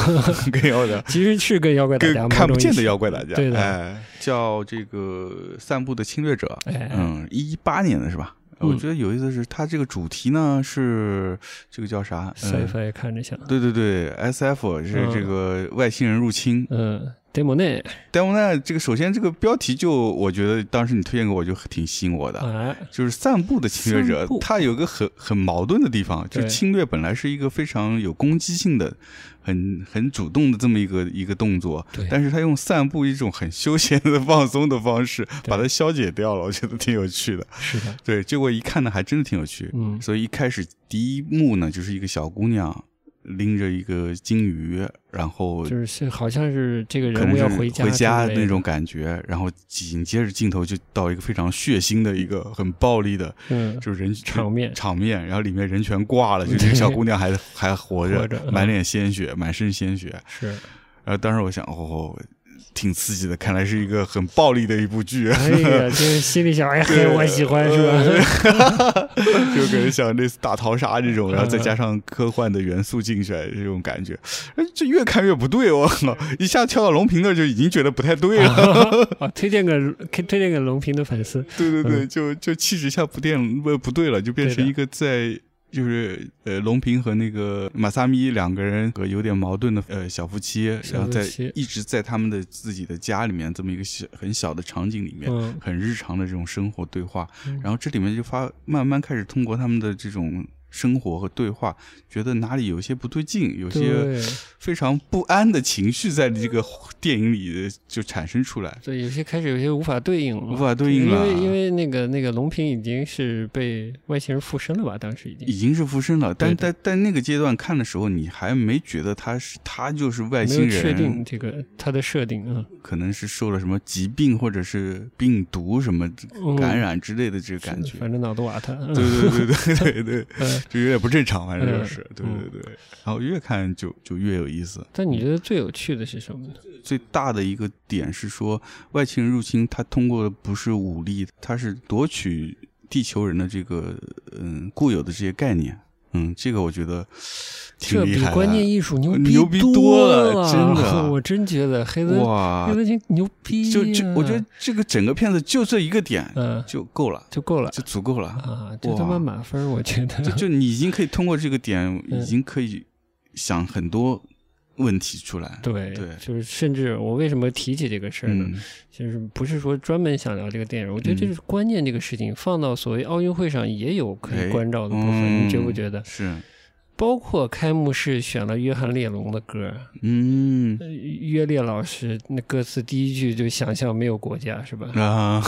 Speaker 1: 跟妖的。
Speaker 2: 其实是跟妖怪打架，
Speaker 1: 跟看不
Speaker 2: 某种意
Speaker 1: 见
Speaker 2: 义
Speaker 1: 的妖怪打架，
Speaker 2: 对的
Speaker 1: 哎，叫这个散步的侵略者，
Speaker 2: 哎
Speaker 1: 嗯，一八年的是吧？
Speaker 2: 嗯
Speaker 1: 我觉得有意思的是，它这个主题呢是这个叫啥？嗯
Speaker 2: ，sci-fi 看着像，
Speaker 1: 对对对，S F 是
Speaker 2: 嗯
Speaker 1: 这个外星人入侵。
Speaker 2: 嗯，demo 内
Speaker 1: 但我呢，这个首先这个标题就我觉得当时你推荐给我就挺吸引我的，
Speaker 2: 啊，
Speaker 1: 就是散步的侵略者
Speaker 2: 散步，
Speaker 1: 他有个很很矛盾的地方，就
Speaker 2: 对
Speaker 1: 是侵略本来是一个非常有攻击性的、很很主动的这么一个一个动作
Speaker 2: 对，
Speaker 1: 但是他用散步一种很休闲的放松的方式
Speaker 2: 对
Speaker 1: 把它消解掉了，我觉得挺有趣的。
Speaker 2: 是的，
Speaker 1: 对，结果一看呢，还真的挺有趣。
Speaker 2: 嗯
Speaker 1: 所以一开始第一幕呢，就是一个小姑娘拎着一个金鱼，然后
Speaker 2: 就是是好像是这个
Speaker 1: 可
Speaker 2: 人
Speaker 1: 能
Speaker 2: 物要
Speaker 1: 是
Speaker 2: 回
Speaker 1: 回
Speaker 2: 家
Speaker 1: 家
Speaker 2: 之类的
Speaker 1: 那种，感觉，然后紧接着镜头就到一个非常血腥的一个很暴力的，
Speaker 2: 嗯，
Speaker 1: 就是人
Speaker 2: 场面
Speaker 1: 场面，然后里面人全挂 了，就这个小姑娘还还活着，
Speaker 2: 活着嗯
Speaker 1: 满脸鲜血，满身鲜血。
Speaker 2: 是，
Speaker 1: 然后当时我想，哦，挺刺激的，看来是一个很暴力的一部剧，
Speaker 2: 哎呀，就是心里想，哎嘿，我喜欢是吧？
Speaker 1: 吧？就可能想类似大逃杀这种，然后再
Speaker 2: 嗯
Speaker 1: 加上科幻的元素进去这种感觉，哎，这越看越不对哦， 一下跳到龙平那儿就已经觉得不太 对 了。
Speaker 2: 啊，推荐给推荐给龙平的粉 丝，
Speaker 1: 对对对，就就气质一下不对不不对了，就变
Speaker 2: 对
Speaker 1: 成
Speaker 2: 的
Speaker 1: 一个在就是呃龙平和那个马萨咪两个人和有点矛盾的呃小夫妻，
Speaker 2: 小
Speaker 1: 然后在
Speaker 2: 夫妻
Speaker 1: 一直在他们的自己的家里面这么一个小很小的场景里面。
Speaker 2: 嗯，
Speaker 1: 很日常的这种生活对话，
Speaker 2: 嗯
Speaker 1: 然后这里面就发慢慢开始通过他们的这种生活和对话，觉得哪里有些不对劲，有些
Speaker 2: 对，
Speaker 1: 非常不安的情绪在这个电影里就产生出来，
Speaker 2: 对，有些开始有些无法对应了，
Speaker 1: 无法对应了啊
Speaker 2: 因为因为那个那个龙平已经是被外星人附身了吧？当时已经
Speaker 1: 已经是附身了。但
Speaker 2: 对对
Speaker 1: 但但那个阶段看的时候，你还没觉得他是他就是外
Speaker 2: 没有
Speaker 1: 星
Speaker 2: 确定
Speaker 1: 人，
Speaker 2: 这个它的设定啊，
Speaker 1: 可能是受了什么疾病或者是病毒什么
Speaker 2: 嗯
Speaker 1: 感染之类的这个感觉。
Speaker 2: 反正脑洞瓦特，嗯
Speaker 1: 对对对对对对对
Speaker 2: 嗯，
Speaker 1: 就有点不正常，反正就是，对
Speaker 2: 嗯
Speaker 1: 对对。然后越看就就越有意思。
Speaker 2: 但你觉得最有趣的是什么呢？
Speaker 1: 最大的一个点是说，外星人入侵，它通过的不是武力，它是夺取地球人的这个嗯固有的这些概念。嗯，这个我觉得挺
Speaker 2: 这
Speaker 1: 厉
Speaker 2: 比
Speaker 1: 害的。呃
Speaker 2: 观念艺术牛
Speaker 1: 牛逼
Speaker 2: 逼
Speaker 1: 多了
Speaker 2: 了，
Speaker 1: 真 的
Speaker 2: 我真觉得黑泽
Speaker 1: 哇
Speaker 2: 黑，泽清牛逼、啊，
Speaker 1: 就就我觉得，这个整个片子就这一个点
Speaker 2: 嗯、
Speaker 1: 就够了，
Speaker 2: 就够了
Speaker 1: 就足够了。
Speaker 2: 啊，这他妈
Speaker 1: 哇
Speaker 2: 满分儿，我觉得
Speaker 1: 就就你已经可以通过这个点，
Speaker 2: 嗯
Speaker 1: 已经可以想很多问题出来。
Speaker 2: 对
Speaker 1: 对
Speaker 2: 就是甚至我为什么提起这个事儿呢？
Speaker 1: 嗯，
Speaker 2: 就是不是说专门想聊这个电影，我觉得
Speaker 1: 嗯
Speaker 2: 这是观念这个事情放到所谓奥运会上也有可
Speaker 1: 哎
Speaker 2: 以关照的部分，
Speaker 1: 嗯
Speaker 2: 你觉不觉得？
Speaker 1: 是，
Speaker 2: 包括开幕式选了约翰列侬的歌，
Speaker 1: 嗯
Speaker 2: 呃约列老师那歌词第一句就想象没有国家是吧？
Speaker 1: 啊，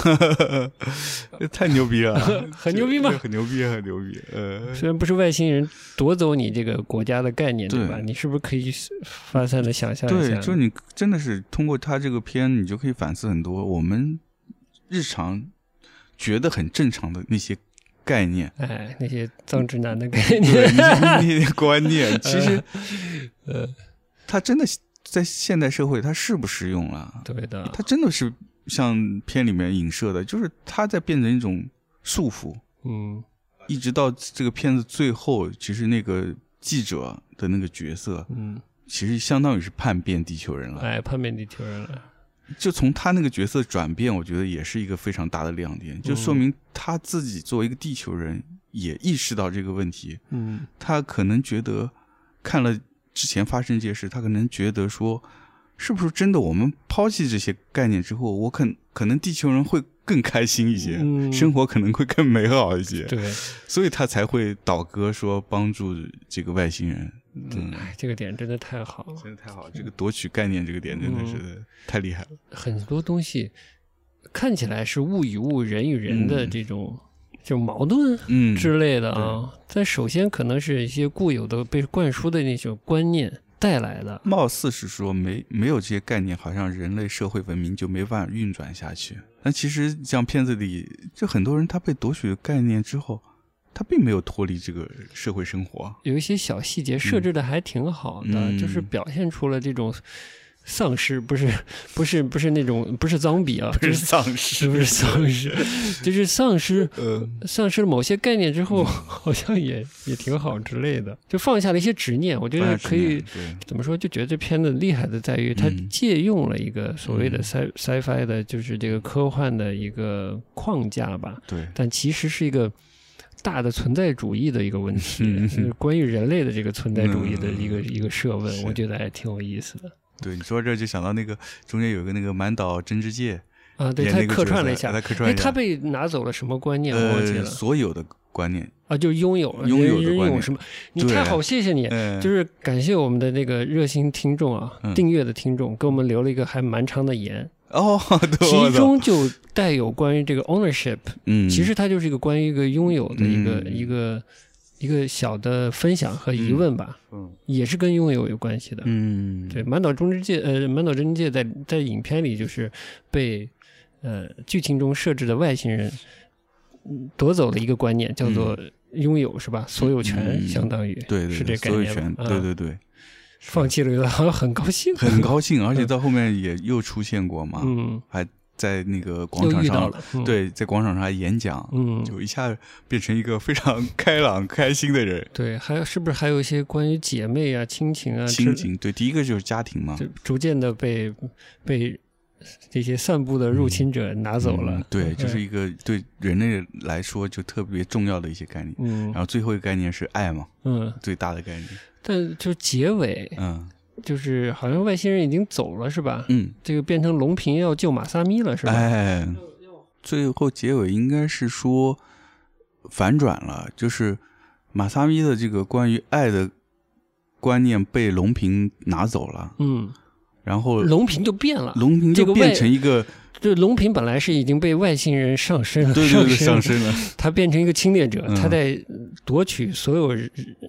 Speaker 1: 太牛逼了，
Speaker 2: 很牛逼吗
Speaker 1: 这很牛逼，很牛逼。呃，
Speaker 2: 虽然不是外星人夺走你这个国家的概念，
Speaker 1: 对
Speaker 2: 对吧？你是不是可以发散的想象一
Speaker 1: 对
Speaker 2: 下？，。
Speaker 1: 就是你真的是通过他这个片，你就可以反思很多我们日常觉得很正常的那些概念
Speaker 2: 哎，那些脏直男的概念，
Speaker 1: 对，那些那些观念，其实，
Speaker 2: 嗯
Speaker 1: 呃，它真的在现代社会，它是不实用了。
Speaker 2: 对的，
Speaker 1: 它真的是像片里面影射的，就是它在变成一种束缚。
Speaker 2: 嗯，
Speaker 1: 一直到这个片子最后，其实那个记者的那个角色，
Speaker 2: 嗯，
Speaker 1: 其实相当于是叛变地球人了。
Speaker 2: 哎，叛变地球人了，
Speaker 1: 就从他那个角色转变，我觉得也是一个非常大的亮
Speaker 2: 嗯
Speaker 1: 点，就说明他自己作为一个地球人，也意识到这个问题。
Speaker 2: 嗯，
Speaker 1: 他可能觉得看了之前发生这些事，他可能觉得说，是不是真的我们抛弃这些概念之后，我可可能地球人会更开心一些，
Speaker 2: 嗯
Speaker 1: 生活可能会更美好一些。
Speaker 2: 对，
Speaker 1: 所以他才会倒戈说帮助这个外星人。嗯，
Speaker 2: 哎，这个点真的太好了，
Speaker 1: 真的太好，这个夺取概念这个点真
Speaker 2: 嗯
Speaker 1: 的是太厉害了。
Speaker 2: 很多东西看起来是物与物、人与人的
Speaker 1: 嗯
Speaker 2: 这种、这种矛盾
Speaker 1: 嗯，
Speaker 2: 之类的啊，但首先可能是一些固有的被灌输的那种观念带来的，
Speaker 1: 貌似是说没没有这些概念，好像人类社会文明就没办法运转下去。但其实像片子里，就很多人他被夺取概念之后，他并没有脱离这个社会生活。
Speaker 2: 有一些小细节设置的还挺好的，
Speaker 1: 嗯
Speaker 2: 就是表现出了这种丧尸，不是 不是不是那种不是脏比啊，就是
Speaker 1: 丧
Speaker 2: 是
Speaker 1: 尸，
Speaker 2: 不是丧 尸，就是丧尸。
Speaker 1: 呃，
Speaker 2: 丧失了某些概念之后， 好像也也挺好之类的，就放下了一些执念。我觉得可以
Speaker 1: 对，
Speaker 2: 怎么说，就觉得这片子厉害的在于，它
Speaker 1: 嗯
Speaker 2: 借用了一个所谓的
Speaker 1: 嗯
Speaker 2: sci sci-fi 的，就是这个科幻的一个框架吧，
Speaker 1: 对，
Speaker 2: 但其实是一个大的存在主义的一个问题，
Speaker 1: 嗯
Speaker 2: 就是关于人类的这个存在主义的一个、
Speaker 1: 嗯
Speaker 2: 一个设问，
Speaker 1: 是
Speaker 2: 我觉得还挺有意思的
Speaker 1: 对，你说这就想到那个中间有一个那个满岛真之介
Speaker 2: 啊。对，
Speaker 1: 演
Speaker 2: 他
Speaker 1: 那个
Speaker 2: 客
Speaker 1: 角
Speaker 2: 串了一
Speaker 1: 色
Speaker 2: 下，
Speaker 1: 他客串
Speaker 2: 哎，
Speaker 1: 一下
Speaker 2: 他被拿走了什么观念？我忘记
Speaker 1: 呃
Speaker 2: 了
Speaker 1: 所有的观念，
Speaker 2: 啊，就拥有
Speaker 1: 拥有的
Speaker 2: 人
Speaker 1: 观
Speaker 2: 拥
Speaker 1: 念
Speaker 2: 有什么？你
Speaker 1: 对
Speaker 2: 太好，谢谢你。
Speaker 1: 嗯，
Speaker 2: 就是感谢我们的那个热心听众啊，
Speaker 1: 嗯
Speaker 2: 订阅的听众给我们留了一个还蛮长的言，
Speaker 1: 哦， 对
Speaker 2: 其
Speaker 1: 我懂
Speaker 2: 中就带有关于这个 ownership，、
Speaker 1: 嗯，
Speaker 2: 其实它就是一个关于一个拥有的一个、
Speaker 1: 嗯
Speaker 2: 一个一个小的分享和疑问吧，
Speaker 1: 嗯
Speaker 2: 也是跟拥有有关系的。
Speaker 1: 嗯，
Speaker 2: 对，满岛中之介，呃，满岛真之介在在影片里就是被呃剧情中设置的外星人嗯夺走了一个观念，叫做拥有、是吧？所有权
Speaker 1: 嗯
Speaker 2: 相当于、
Speaker 1: 对对
Speaker 2: 是这
Speaker 1: 对
Speaker 2: 概
Speaker 1: 所有
Speaker 2: 念吧
Speaker 1: 权，
Speaker 2: 啊
Speaker 1: 对对对，
Speaker 2: 放弃了 以后，好像很高兴，
Speaker 1: 很高兴，而且到后面也又出现过嘛，
Speaker 2: 嗯，
Speaker 1: 还在那个广
Speaker 2: 又
Speaker 1: 场
Speaker 2: 遇到
Speaker 1: 上，
Speaker 2: 了，嗯，
Speaker 1: 对，在广场上还演讲，
Speaker 2: 嗯，
Speaker 1: 就一下变成一个非常 开朗、开心的人。
Speaker 2: 对，还有是不是还有一些关于姐妹啊、亲情啊、
Speaker 1: 亲，情，对，第一个就是家庭嘛，
Speaker 2: 就逐渐的被被这些散步的入侵者拿走了，
Speaker 1: 嗯对，就是
Speaker 2: 嗯
Speaker 1: 一个对人类来说就特别重要的一些概念。
Speaker 2: 嗯
Speaker 1: 然后最后一个概念是爱嘛，
Speaker 2: 嗯，
Speaker 1: 最大的概念。
Speaker 2: 但就结尾，
Speaker 1: 嗯
Speaker 2: 就是好像外星人已经走了是吧？
Speaker 1: 嗯，
Speaker 2: 这个变成龙平要救马萨咪了是吧？
Speaker 1: 哎，最后结尾应该是说反转了，就是马萨咪的这个关于爱的观念被龙平拿走了，
Speaker 2: 嗯，
Speaker 1: 然后
Speaker 2: 龙平就变了，
Speaker 1: 呃龙平
Speaker 2: 这
Speaker 1: 就
Speaker 2: 个
Speaker 1: 变
Speaker 2: 外
Speaker 1: 成一个
Speaker 2: 就龙平本来是已经被外星人上身了，
Speaker 1: 对对对上
Speaker 2: 上身了，
Speaker 1: 升了，
Speaker 2: 他变成一个侵略者，
Speaker 1: 嗯
Speaker 2: 他在夺取所有人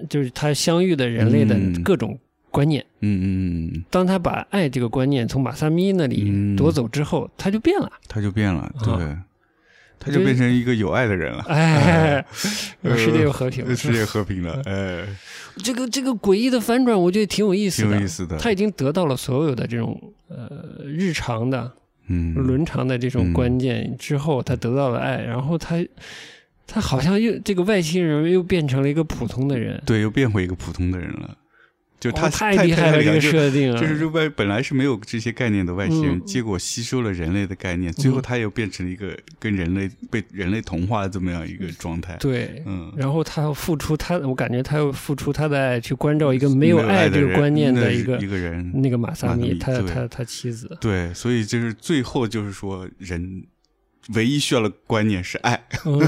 Speaker 2: 就是他相遇的人类的
Speaker 1: 嗯
Speaker 2: 各种观念。
Speaker 1: 嗯嗯嗯，
Speaker 2: 当他把爱这个观念从马萨咪那
Speaker 1: 嗯
Speaker 2: 里夺走之后，他就变了。
Speaker 1: 他就变了，
Speaker 2: 啊
Speaker 1: 对，他
Speaker 2: 就
Speaker 1: 就是变成一个有爱的人了，
Speaker 2: 哎，世界又和平了。
Speaker 1: 世界和平了， 哎，
Speaker 2: 这个这个诡异的反转，我觉得挺有意思
Speaker 1: 挺有
Speaker 2: 的
Speaker 1: 意。思的，
Speaker 2: 他已经得到了所有的这种呃日常的
Speaker 1: 嗯，
Speaker 2: 伦常的这种关键之后，他得到了爱，然后他他好像又这个外星人又变成了一个普通的人。
Speaker 1: 对，又变回一个普通的人了，就他、
Speaker 2: 哦太厉害了，这个设定啊！
Speaker 1: 就是这外本来是没有这些概念的外星人，
Speaker 2: 嗯
Speaker 1: 结果吸收了人类的概念，最
Speaker 2: 嗯
Speaker 1: 后他又变成了一个跟人类被人类同化的这么样一个状态。
Speaker 2: 对，
Speaker 1: 嗯，
Speaker 2: 然后他要付出他，我感觉他要付出他的爱去关照一个没
Speaker 1: 有
Speaker 2: 有爱
Speaker 1: 的
Speaker 2: 这个观念
Speaker 1: 的
Speaker 2: 的
Speaker 1: 人
Speaker 2: 一个
Speaker 1: 一个人。
Speaker 2: 那个马萨
Speaker 1: 嗯马萨
Speaker 2: 米，
Speaker 1: 米
Speaker 2: 他
Speaker 1: 对
Speaker 2: 他他妻子。
Speaker 1: 对，所以就是最后就是说，人唯一需要的观念是爱。
Speaker 2: 嗯，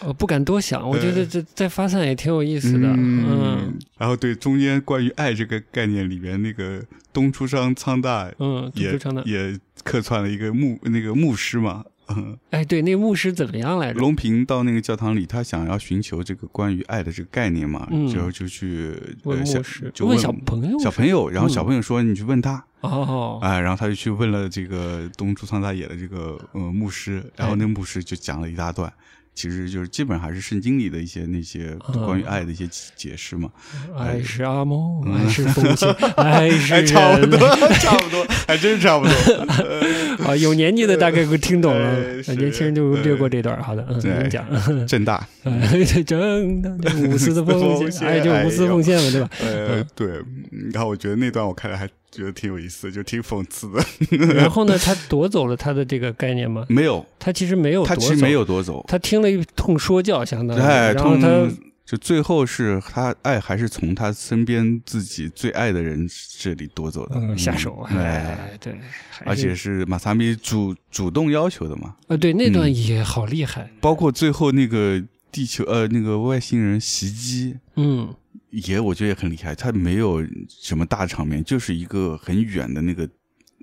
Speaker 2: 我不敢多想，我觉得这再发散也挺有意思的。嗯
Speaker 1: 然后对中间关于爱这个概念里面，那个东出商苍大
Speaker 2: 嗯，
Speaker 1: 也
Speaker 2: 非常的。
Speaker 1: 也客串了一个牧那个牧师嘛。嗯
Speaker 2: 哎，对，那个牧师怎么样来着？
Speaker 1: 龙平到那个教堂里，他想要寻求这个关于爱的这个概念嘛，
Speaker 2: 嗯
Speaker 1: 然后就去
Speaker 2: 问
Speaker 1: 呃
Speaker 2: 牧
Speaker 1: 小
Speaker 2: 师，
Speaker 1: 就
Speaker 2: 小朋友是吧，
Speaker 1: 小朋友，然后
Speaker 2: 嗯
Speaker 1: 小朋友说你去问他
Speaker 2: 哦，
Speaker 1: 啊，然后他就去问了这个东出仓大野的这个呃牧师，然后那牧师就讲了一大段。其实就是基本上还是圣经里的一些那些
Speaker 2: 嗯
Speaker 1: 关于爱的一些解释嘛，
Speaker 2: 爱是阿蒙，爱是风情， 爱是
Speaker 1: 嗯哎，差不
Speaker 2: 人
Speaker 1: 多， 差不多，还真是差不 多。
Speaker 2: 啊，有年纪的大概会听懂了
Speaker 1: 哎，是
Speaker 2: 啊年轻人就略过这段。好的，嗯，
Speaker 1: 对
Speaker 2: 你讲。
Speaker 1: 正大，
Speaker 2: 哎，这真的就是无私的
Speaker 1: 无
Speaker 2: 奉
Speaker 1: 私
Speaker 2: 献，哎，就无私奉献嘛， 对吧？
Speaker 1: 呃，对，嗯然后我觉得那段我看了还觉得挺有意思，就挺讽刺的。
Speaker 2: 然后呢，他夺走了他的这个概念吗？
Speaker 1: 没有，
Speaker 2: 他其实没有，
Speaker 1: 他其实没，有夺走，
Speaker 2: 他听了一通说教，相当于，
Speaker 1: 哎，
Speaker 2: 嗯然后他
Speaker 1: 通就最后是他爱还是从他身边自己最爱的人这里夺走的，
Speaker 2: 嗯下手，
Speaker 1: 嗯哎，
Speaker 2: 哎，对，还
Speaker 1: 而且
Speaker 2: 是
Speaker 1: 是马萨米主主动要求的嘛，
Speaker 2: 啊，对，那
Speaker 1: 嗯
Speaker 2: 段也好厉害，
Speaker 1: 包括最后那个地球呃那个外星人袭击。
Speaker 2: 嗯，
Speaker 1: 也我觉得也很厉害，他没有什么大场面，就是一个很远的那个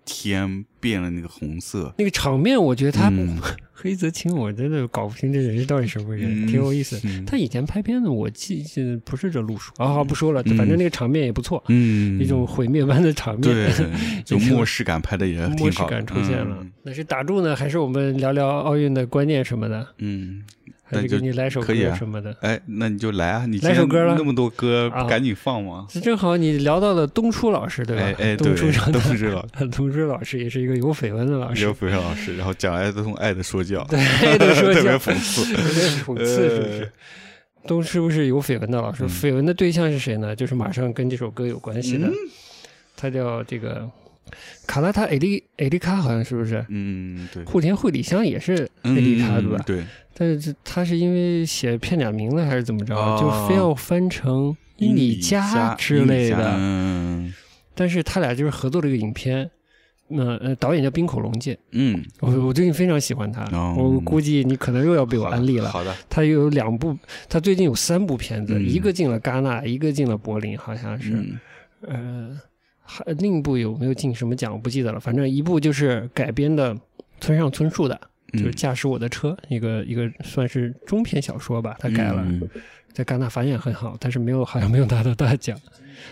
Speaker 1: 天变了那个红色，
Speaker 2: 那个场面，我觉得他
Speaker 1: 嗯
Speaker 2: 黑泽清，我真的搞不清这人是到底什么人，
Speaker 1: 嗯
Speaker 2: 挺有意思
Speaker 1: 嗯。
Speaker 2: 他以前拍片子，我记记不是这路数啊，好不说了，反正那个场面也不错，
Speaker 1: 嗯，
Speaker 2: 一种毁灭般的场面。
Speaker 1: 对，就末世感拍的也挺好，嗯
Speaker 2: 末世感出现了。那是打住呢，还是我们聊聊奥运的观念什么的？
Speaker 1: 嗯。嗯，
Speaker 2: 还
Speaker 1: 那
Speaker 2: 是
Speaker 1: 就
Speaker 2: 给你来首
Speaker 1: 可
Speaker 2: 歌
Speaker 1: 以啊
Speaker 2: 什么的？
Speaker 1: 哎，那你就来啊！你
Speaker 2: 来首歌了
Speaker 1: 那么多歌，
Speaker 2: 啊
Speaker 1: 赶紧放嘛！
Speaker 2: 这正好你聊到了东初老师，对吧？
Speaker 1: 哎哎，对
Speaker 2: 东初上，
Speaker 1: 都不知道，
Speaker 2: 东初老师也是一个有绯闻的老师
Speaker 1: 刘，飞老师，然后讲来都从爱的说教， 呃
Speaker 2: 对 的说
Speaker 1: 特别
Speaker 2: 教，
Speaker 1: 讽 刺。
Speaker 2: 有点讽刺，是不是？东是不是有绯闻的老师？
Speaker 1: 嗯
Speaker 2: 绯闻的对象是谁呢？就是马上跟这首歌有关系的，
Speaker 1: 嗯
Speaker 2: 他叫这个卡拉塔埃利埃利卡，好像是不是？
Speaker 1: 嗯，对，
Speaker 2: 户田惠里香也是埃
Speaker 1: 嗯
Speaker 2: 利卡，对吧？
Speaker 1: 对，
Speaker 2: 但是这他是因为写片假名了还是怎么着，
Speaker 1: 哦
Speaker 2: 就非要翻成伊里加之类
Speaker 1: 伊里加
Speaker 2: 的。
Speaker 1: 嗯
Speaker 2: 但是他俩就是合作了一个影片，那、呃导演叫冰口龙介，
Speaker 1: 嗯，
Speaker 2: 我我最近非常喜欢他，
Speaker 1: 哦
Speaker 2: 我估计你可能又要被我安利了。
Speaker 1: 好的，
Speaker 2: 他有两部，他最近有三部片子，
Speaker 1: 嗯
Speaker 2: 一个进了戛纳，一个进了柏林，好像是，
Speaker 1: 嗯
Speaker 2: 呃，还另一部有没有进什么奖我不记得了，反正一部就是改编的村上春树的，
Speaker 1: 嗯
Speaker 2: 就是《驾驶我的车》一个一个算是中篇小说吧，他改了，
Speaker 1: 嗯
Speaker 2: 在戛纳反响很好，但是没有好像没有拿到大奖，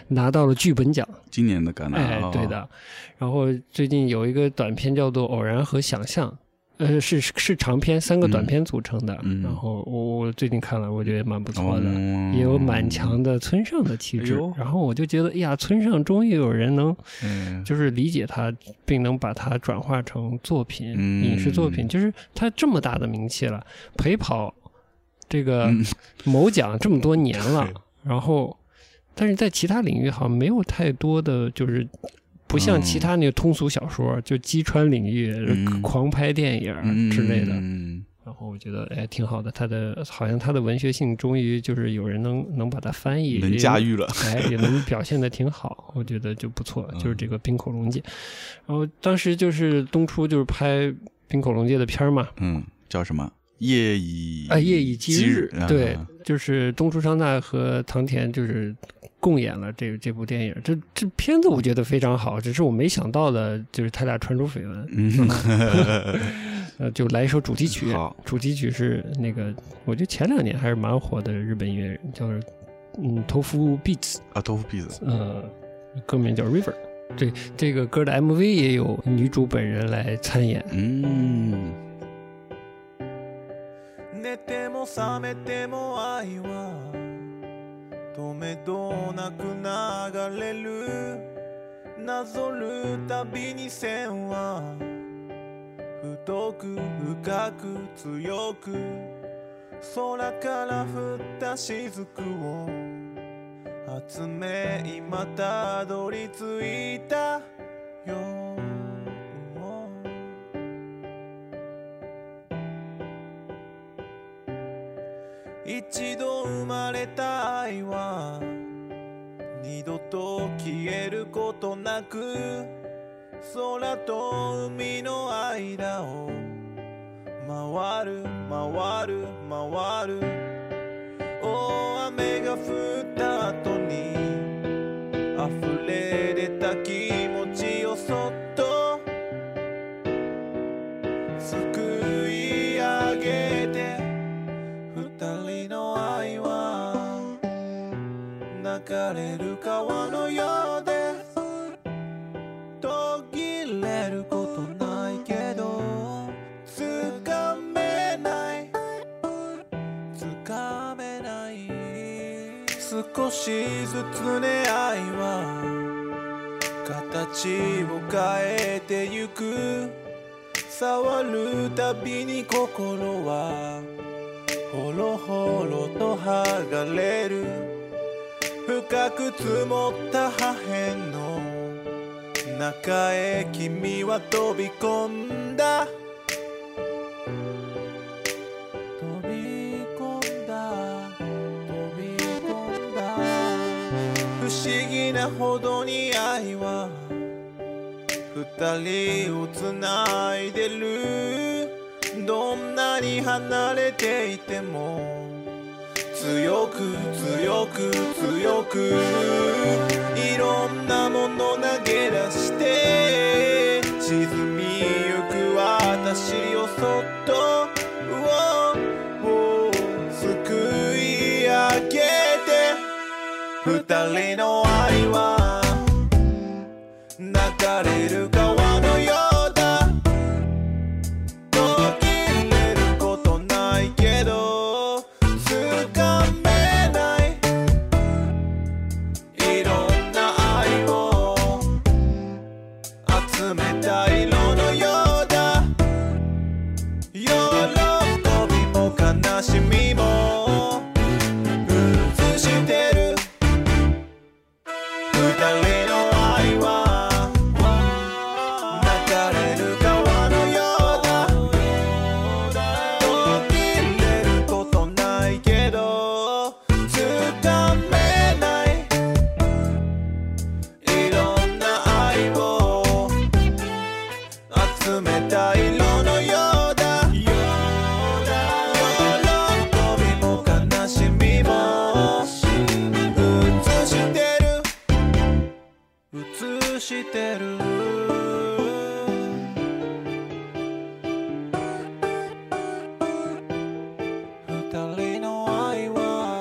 Speaker 2: 拿到了剧本奖，
Speaker 1: 今年的戛纳，
Speaker 2: 哎
Speaker 1: 哦，
Speaker 2: 对，的。然后最近有一个短片叫做《偶然和想象》，呃，是是是长篇三个短片组成的。
Speaker 1: 嗯嗯
Speaker 2: 然后我我最近看了，我觉得蛮不错的，
Speaker 1: 哦
Speaker 2: 也有蛮强的村上的气质。
Speaker 1: 哎呦
Speaker 2: 然后我就觉得，哎呀，村上终于有人能
Speaker 1: 嗯
Speaker 2: 就是理解他，并能把它转化成作品、
Speaker 1: 嗯
Speaker 2: 影视作品。就是他这么大的名气了，陪跑这个
Speaker 1: 嗯
Speaker 2: 某奖这么多年了，然后但是在其他领域好像没有太多的，就是不像
Speaker 1: 嗯
Speaker 2: 其他那个通俗小说，就击穿领域、
Speaker 1: 嗯
Speaker 2: 狂拍电影之类的。
Speaker 1: 嗯
Speaker 2: 然后我觉得哎挺好的，他的好像他的文学性终于就是有人能能把它翻译，
Speaker 1: 能驾驭了。
Speaker 2: 哎，也能表现的挺好，我觉得就不错，就是这个冰口龙介。然后当时就是东出就是拍冰口龙介的片儿嘛，
Speaker 1: 嗯，叫什么？夜以
Speaker 2: 啊，夜以继日，
Speaker 1: 啊
Speaker 2: 对，就是东出昌大和唐田就是共演了这这部电影。这这片子我觉得非常好，只是我没想到的，就是他俩传出绯闻。
Speaker 1: 嗯，
Speaker 2: 呃，就来一首主题曲
Speaker 1: 好，
Speaker 2: 主题曲是那个，我觉得前两年还是蛮火的日本音乐人，叫嗯头夫 beats，
Speaker 1: 啊，豆腐皮子，
Speaker 2: 呃，歌名叫 river。对，这个歌的 MV 也有女主本人来参演。
Speaker 1: 嗯，
Speaker 5: 寝ても覚めても愛は止めどなく流れるなぞるたびに線は太く深く強く空から降った雫を集め今たどり着いたよ一度生まれた愛は二度と消えることなく空と海の間を回る回る回る大雨が降った後に溢れ出た気持ちをそっとすくい上げて二人の愛は流れる川のようです途切れることないけど掴めない掴めない少しずつね愛は形を変えてゆく触るたびに心はほろほろと剥がれる深く積もった破片の中へ君は飛び込んだ飛び込んだ飛び込んだ不思議なほどに愛は二人をつないでるどんなに離れていても強く強く強くいろんなもの投げ出して沈みゆく私をそっとすくい上げて二人の愛は流れる川のようだ途切れることないけど掴めないいろんな愛を集めた色のようだ喜びも悲しみも映してる二人の愛は流れる川のようだ途切れることないけど掴めないいろんな愛を集めた色のようだ喜びも悲しみも映してる映してる二人の愛は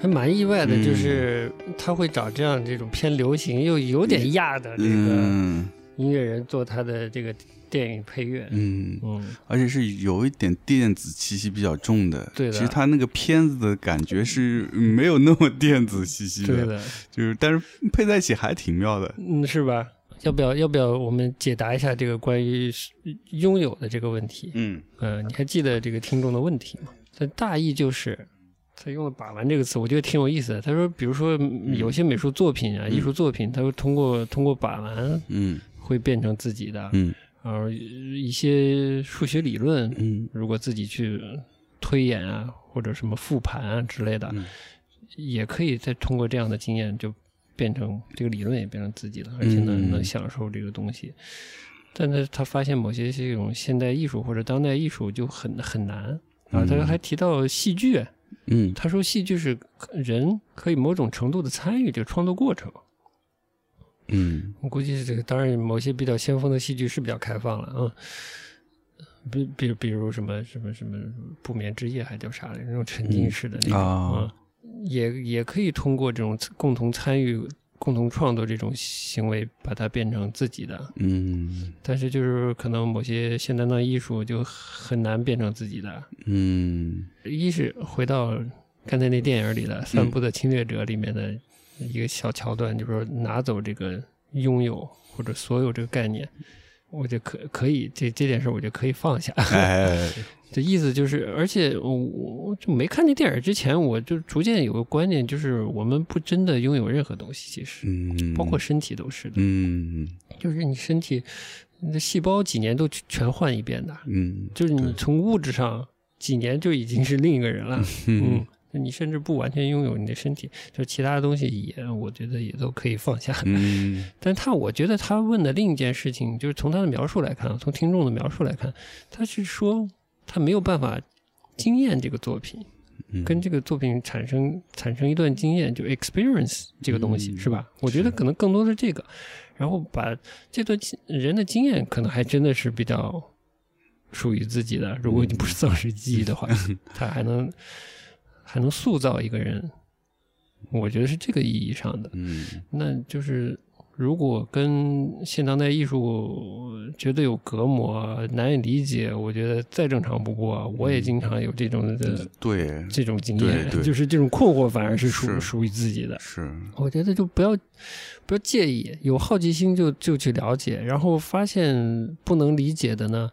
Speaker 2: 还蛮意外的，
Speaker 1: 嗯
Speaker 2: 就是他会找这样这种偏流行又有点亚的这个
Speaker 1: 嗯
Speaker 2: 音乐人做他的这个电影配乐。
Speaker 1: 嗯，
Speaker 2: 嗯，
Speaker 1: 而且是有一点电子气息比较重的。
Speaker 2: 对的
Speaker 1: 其实他那个片子的感觉是没有那么电子气息
Speaker 2: 对
Speaker 1: 的，
Speaker 2: 的，
Speaker 1: 就是但是配在一起还挺妙的。
Speaker 2: 嗯，是吧？要不要要不要我们解答一下这个关于拥有的这个问题？
Speaker 1: 嗯
Speaker 2: 嗯、你还记得这个听众的问题吗？它大意就是他用了“把玩”这个词，我觉得挺有意思的。他说，比如说嗯有些美术作品啊、艺术作品，他说通过通过把玩
Speaker 1: 嗯
Speaker 2: 会变成自己的，
Speaker 1: 嗯
Speaker 2: 而一些数学理论，
Speaker 1: 嗯
Speaker 2: 如果自己去推演啊，或者什么复盘啊之类的，
Speaker 1: 嗯
Speaker 2: 也可以再通过这样的经验，就变成这个理论也变成自己了，而且能
Speaker 1: 嗯
Speaker 2: 能享受这个东西。但是他发现某些这种现代艺术或者当代艺术就很很难。啊，他还提到戏剧，
Speaker 1: 嗯
Speaker 2: 他说戏剧是人可以某种程度的参与这个创作过程。
Speaker 1: 嗯
Speaker 2: 我估计这个当然某些比较先锋的戏剧是比较开放了啊，比比比如什么什么什么不眠之夜还叫啥来着，那种沉浸式的那种、
Speaker 1: 啊
Speaker 2: 啊，也也可以通过这种共同参与、共同创作这种行为，把它变成自己的。
Speaker 1: 嗯
Speaker 2: 但是就是可能某些现代的艺术就很难变成自己的。
Speaker 1: 嗯
Speaker 2: 一是回到刚才那电影里的《散
Speaker 1: 嗯
Speaker 2: 步的侵略者》里面的一个小桥段，就是说拿走这个拥有或者所有这个概念，我就可可以这这件事我就可以放下。
Speaker 1: 哎
Speaker 2: 这意思就是，而且我我就没看这电影之前，我就逐渐有个观念，就是我们不真的拥有任何东西，其实
Speaker 1: 嗯，
Speaker 2: 包括身体都是的，
Speaker 1: 嗯
Speaker 2: 就是你身体你的细胞几年都全换一遍的，
Speaker 1: 嗯
Speaker 2: 就是你从物质上几年就已经是另一个人了。
Speaker 1: 嗯
Speaker 2: 嗯，你甚至不完全拥有你的身体，就其他的东西也，我觉得也都可以放下。
Speaker 1: 嗯
Speaker 2: 但他，我觉得他问的另一件事情，就是从他的描述来看，啊从听众的描述来看，他是说他没有办法经验这个作品，
Speaker 1: 嗯
Speaker 2: 跟这个作品产生产生一段经验，就 experience 这个东西、
Speaker 1: 嗯
Speaker 2: 是吧？我觉得可能更多的这个，然后把这段经人的经验，可能还真的是比较属于自己的。如果你不是丧失记忆的 话，他还能还能塑造一个人，我觉得是这个意义上的。
Speaker 1: 嗯
Speaker 2: 那就是如果跟现当代艺术觉得有隔膜、难以理解，我觉得再正常不过。我也经常有这种的、
Speaker 1: 嗯对
Speaker 2: 这种经验，
Speaker 1: 对对
Speaker 2: 就是这种困惑反而是属
Speaker 1: 是
Speaker 2: 属于自己的。
Speaker 1: 是
Speaker 2: 我觉得就不要不要介意，有好奇心就就去了解，然后发现不能理解的呢，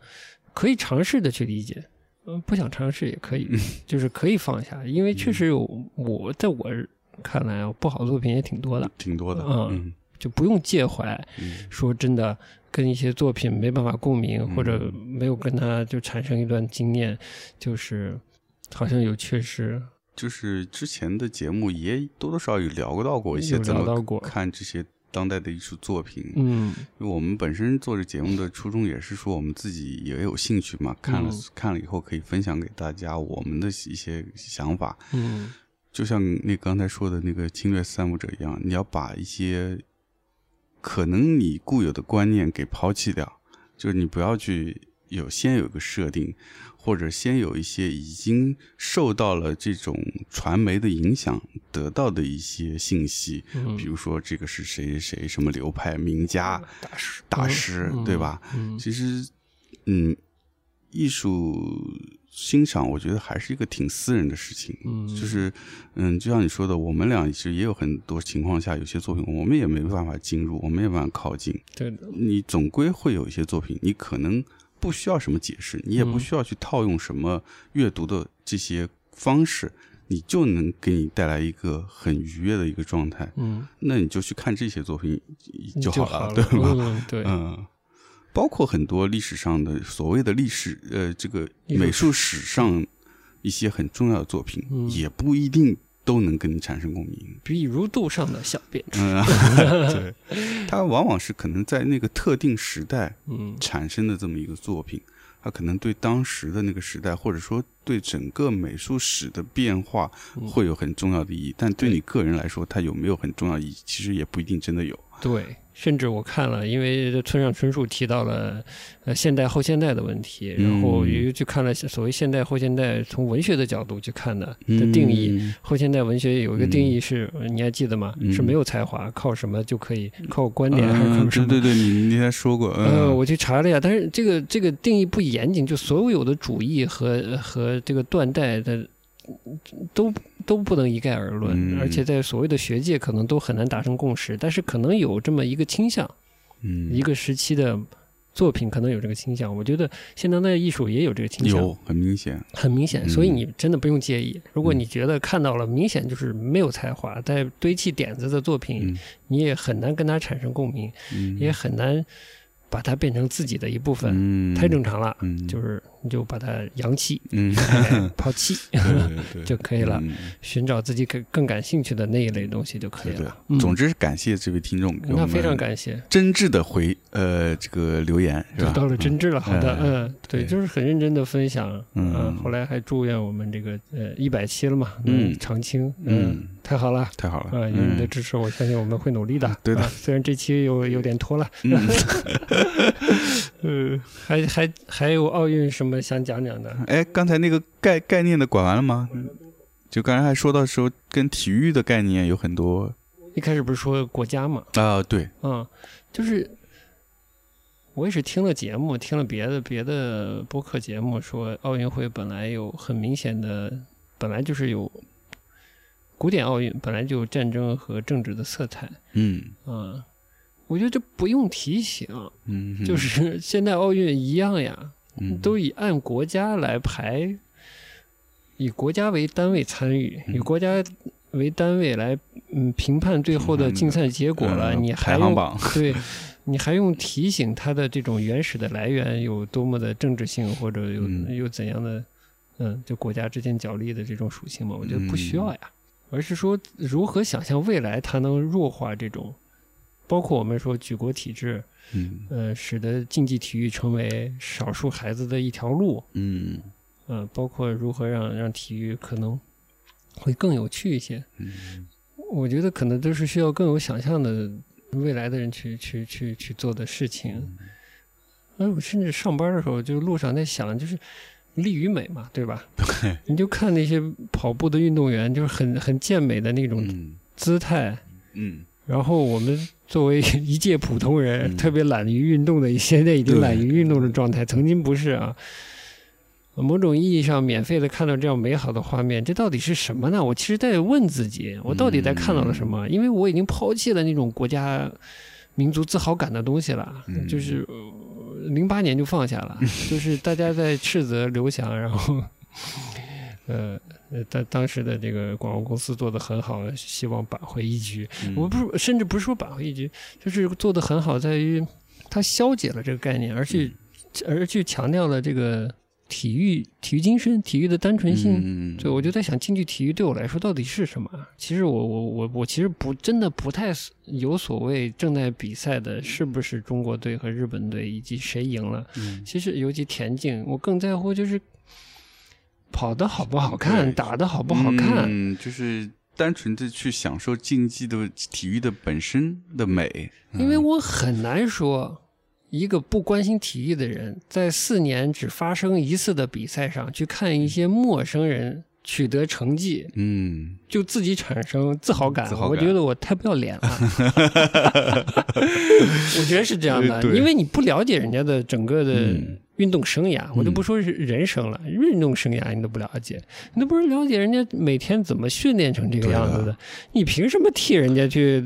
Speaker 2: 可以尝试的去理解。嗯，不想尝试也可
Speaker 1: 嗯
Speaker 2: 以， 就是可以放下，因为确实有我在我看来啊，不好的作品也挺多的，
Speaker 1: 挺多的嗯
Speaker 2: 就不用介怀。
Speaker 1: 嗯
Speaker 2: 说真的，跟一些作品没办法共鸣，或
Speaker 1: 嗯
Speaker 2: 者没有跟他就产生一段经验，就是好像有缺失，
Speaker 1: 就是之前的节目也多多少少有聊过到过一些
Speaker 2: 有
Speaker 1: 怎
Speaker 2: 聊到
Speaker 1: 么
Speaker 2: 过。
Speaker 1: 看这些当代的艺术作品，
Speaker 2: 嗯
Speaker 1: 因为我们本身做这节目的初衷也是说我们自己也有兴趣嘛，看了、
Speaker 2: 嗯
Speaker 1: 看了以后可以分享给大家我们的一些想法，
Speaker 2: 嗯
Speaker 1: 就像那刚才说的那个侵略三步者一样，你要把一些可能你固有的观念给抛弃掉，就是你不要去有先有一个设定，或者先有一些已经受到了这种传媒的影响得到的一些信息，
Speaker 2: 嗯，
Speaker 1: 比如说这个是谁谁谁什么流派名家
Speaker 2: 大师
Speaker 1: 大师，对吧？？
Speaker 2: 嗯
Speaker 1: 其实，嗯，艺术欣赏，我觉得还是一个挺私人的事情。
Speaker 2: 嗯
Speaker 1: 就是，嗯，就像你说的，我们俩其实也有很多情况下，有些作品我们也没办法进入，我们也没办法靠近。
Speaker 2: 对的，
Speaker 1: 你总归会有一些作品，你可能不需要什么解释，你也不
Speaker 2: 嗯
Speaker 1: 需要去套用什么阅读的这些方式，你就能给你带来一个很愉悦的一个状态。
Speaker 2: 嗯，
Speaker 1: 那你就去看这些作品就好了，
Speaker 2: 了，
Speaker 1: 对吧？
Speaker 2: 嗯，对，
Speaker 1: 嗯，包括很多历史上的所谓的历史，呃，这个
Speaker 2: 艺术
Speaker 1: 美术史上一些很重要的作品，
Speaker 2: 嗯
Speaker 1: 也不一定都能跟你产生共 鸣。
Speaker 2: 比如肚上的小便池，
Speaker 1: 嗯，对，它往往是可能在那个特定时代
Speaker 2: 嗯
Speaker 1: 产生的这么一个作品，它可能对当时的那个时代，或者说对整个美术史的变化
Speaker 2: 嗯，
Speaker 1: 会有很重要的意义。但对你个人来说，它有没有很重要意义，其实也不一定真的有。
Speaker 2: 对，甚至我看了，因为村上春树提到了呃现代后现代的问题，然后
Speaker 1: 嗯
Speaker 2: 也去看了所谓现代后现代从文学的角度去看的
Speaker 1: 嗯
Speaker 2: 的定义，后现代文学有一个定义是，呃你还记得吗？
Speaker 1: 嗯
Speaker 2: 是没有才华，靠什么就可以？靠观
Speaker 1: 嗯，
Speaker 2: 点还是靠什
Speaker 1: 对
Speaker 2: 么？
Speaker 1: 对对，你你那天说过，
Speaker 2: 呃，
Speaker 1: 嗯，
Speaker 2: 我去查了一下，但是这个这个定义不严谨，就所有的主义和和这个断代的都都不能一概而论，
Speaker 1: 嗯
Speaker 2: 而且在所谓的学界可能都很难达成共识，但是可能有这么一个倾向，
Speaker 1: 嗯
Speaker 2: 一个时期的作品可能有这个倾向。我觉得现当代艺术也有这个倾向，
Speaker 1: 有很明显，
Speaker 2: 很明显，
Speaker 1: 嗯
Speaker 2: 所以你真的不用介意。如果
Speaker 1: 嗯
Speaker 2: 你觉得看到了明显就是没有才华，在堆砌点子的作品，
Speaker 1: 嗯
Speaker 2: 你也很难跟他产生共鸣，
Speaker 1: 嗯，
Speaker 2: 也很难把它变成自己的一部分，
Speaker 1: 嗯，
Speaker 2: 太正常了。
Speaker 1: 嗯，
Speaker 2: 就是是你就把它扬弃、
Speaker 1: 嗯，
Speaker 2: 哎抛 弃
Speaker 1: 对对对
Speaker 2: 就可以了，
Speaker 1: 嗯
Speaker 2: 寻找自己更更感兴趣的那一类东西就可以
Speaker 1: 对对
Speaker 2: 了。嗯
Speaker 1: 总之，感谢这位听众给我
Speaker 2: 那
Speaker 1: 们
Speaker 2: 非常感谢，
Speaker 1: 真挚的回呃这个留言，是
Speaker 2: 就
Speaker 1: 吧？
Speaker 2: 到了真挚了。好的
Speaker 1: 哎，
Speaker 2: 嗯，对，
Speaker 1: 对
Speaker 2: 就是很认真的分享。啊
Speaker 1: 嗯
Speaker 2: 后来还祝愿我们这个呃一百期了嘛，
Speaker 1: 嗯
Speaker 2: 长青，
Speaker 1: 嗯
Speaker 2: 嗯，太好了。
Speaker 1: 太好了，嗯
Speaker 2: 啊，有你的支持，我相信我们会努力的。
Speaker 1: 对的
Speaker 2: 啊虽然这期有有点拖了，
Speaker 1: 嗯，
Speaker 2: 呃，还还还有奥运什么想讲讲的？
Speaker 1: 哎，刚才那个概概念的管完了吗？就刚才还说到说跟体育的概念有很多
Speaker 2: 一开始不是说国家嘛，
Speaker 1: 啊，对，
Speaker 2: 啊，就是我也是听了节目，听了别的别的播客节目说，奥运会本来有很明显的，本来就是有古典奥运本来就有战争和政治的色彩
Speaker 1: 嗯
Speaker 2: 啊。我觉得这不用提醒，
Speaker 1: 嗯，
Speaker 2: 就是 现在奥运一样呀，
Speaker 1: 嗯
Speaker 2: 都以按国家来排，以国家为单位参与，
Speaker 1: 嗯
Speaker 2: 以国家为单位来嗯评判最后的竞赛结果了，
Speaker 1: 呃
Speaker 2: 你还
Speaker 1: 排行
Speaker 2: 用
Speaker 1: 榜，
Speaker 2: 对，你还用提醒它的这种原始的来源有多么的政治性，或者有、
Speaker 1: 嗯
Speaker 2: 有怎样的嗯，就国家之间角力的这种属性吗？我觉得不需要
Speaker 1: 嗯
Speaker 2: 呀，而是说如何想象未来它能弱化这种，包括我们说举国体制，
Speaker 1: 嗯
Speaker 2: 呃，使得竞技体育成为少数孩子的一条路，
Speaker 1: 嗯
Speaker 2: 呃，包括如何让让体育可能会更有趣一些。
Speaker 1: 嗯
Speaker 2: 我觉得可能都是需要更有想象的未来的人去去去去做的事情。哎，我甚至上班的时候，就路上在想，就是力与美嘛，对吧？
Speaker 1: 嗯
Speaker 2: 你就看那些跑步的运动员，就是很很健美的那种
Speaker 1: 嗯
Speaker 2: 姿态，
Speaker 1: 嗯，
Speaker 2: 然后我们作为 一介普通人，
Speaker 1: 嗯
Speaker 2: 特别懒于运动的一些，现在已经
Speaker 1: 对
Speaker 2: 懒于运动的状态，曾经不是啊。某种意义上，免费的看到这样美好的画面，这到底是什么呢？我其实在问自己，我到底在看到了什
Speaker 1: 嗯
Speaker 2: 么？因为我已经抛弃了那种国家、民族自豪感的东西了，
Speaker 1: 嗯
Speaker 2: 就是呃零八、08年就放下 了，就是大家在斥责刘翔，然后呃，呃当当时的这个广告公司做的很好，希望扳回一局。
Speaker 1: 嗯
Speaker 2: 我不是，甚至不是说扳回一局，就是做的很好，在于它消解了这个概念，而
Speaker 1: 嗯
Speaker 2: 去、而去强调了这个体育、体育精神、体育的单纯性。
Speaker 1: 嗯，
Speaker 2: 对，我就在想，竞技体育对我来说到底是什么？啊其实我我我我其实不真的不太有所谓正在比赛的是不是中国队和日本队以及谁赢了。
Speaker 1: 嗯
Speaker 2: 其实尤其田径，我更在乎就是跑的好不好看，
Speaker 1: 对
Speaker 2: 打的好不好看。
Speaker 1: 嗯，就是单纯的去享受竞技的体育的本身的美，
Speaker 2: 因为我很难说，一个不关心体育的人，在四年只发生一次的比赛上去看一些陌生人取得成绩，
Speaker 1: 嗯
Speaker 2: 就自己产生自豪感。
Speaker 1: 自豪感
Speaker 2: 我觉得我太不要脸 了。我觉得是这样的
Speaker 1: 哎，对
Speaker 2: 因为你不了解人家的整个的
Speaker 1: 嗯
Speaker 2: 运动生涯，我就
Speaker 1: 嗯
Speaker 2: 不说是人生了，运动生涯你都不了解，你都不是了解人家每天怎么训练成这个
Speaker 1: 对的啊
Speaker 2: 样子的，你凭什么替人家去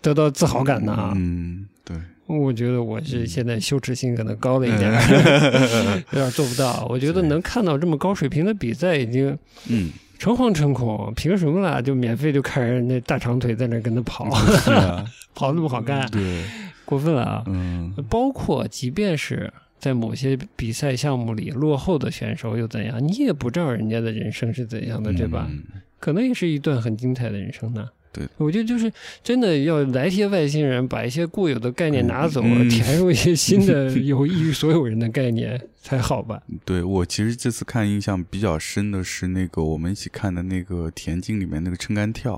Speaker 2: 得到自豪感呢？啊
Speaker 1: 嗯，对，
Speaker 2: 我觉得我
Speaker 1: 嗯
Speaker 2: 是现在羞耻心可能高了一点， 有点做不到。我觉得能看到这么高水平的比赛，已经
Speaker 1: 嗯。
Speaker 2: 诚惶诚恐，凭什么啦？就免费就看人那大长腿在那跟他跑，
Speaker 1: 是啊，
Speaker 2: 跑那么好看，
Speaker 1: 对，
Speaker 2: 过分了啊！
Speaker 1: 嗯
Speaker 2: 包括即便是在某些比赛项目里落后的选手又怎样，你也不知道人家的人生是怎样的，对吧？
Speaker 1: 嗯
Speaker 2: 可能也是一段很精彩的人生呢。
Speaker 1: 对，
Speaker 2: 我觉得就是真的要来些外星人，把一些固有的概念拿走，
Speaker 1: 嗯
Speaker 2: 填入一些新的有益于所有人的概念才好 吧？
Speaker 1: 对我其实这次看印象比较深的是那个我们一起看的那个田径里面那个撑杆跳，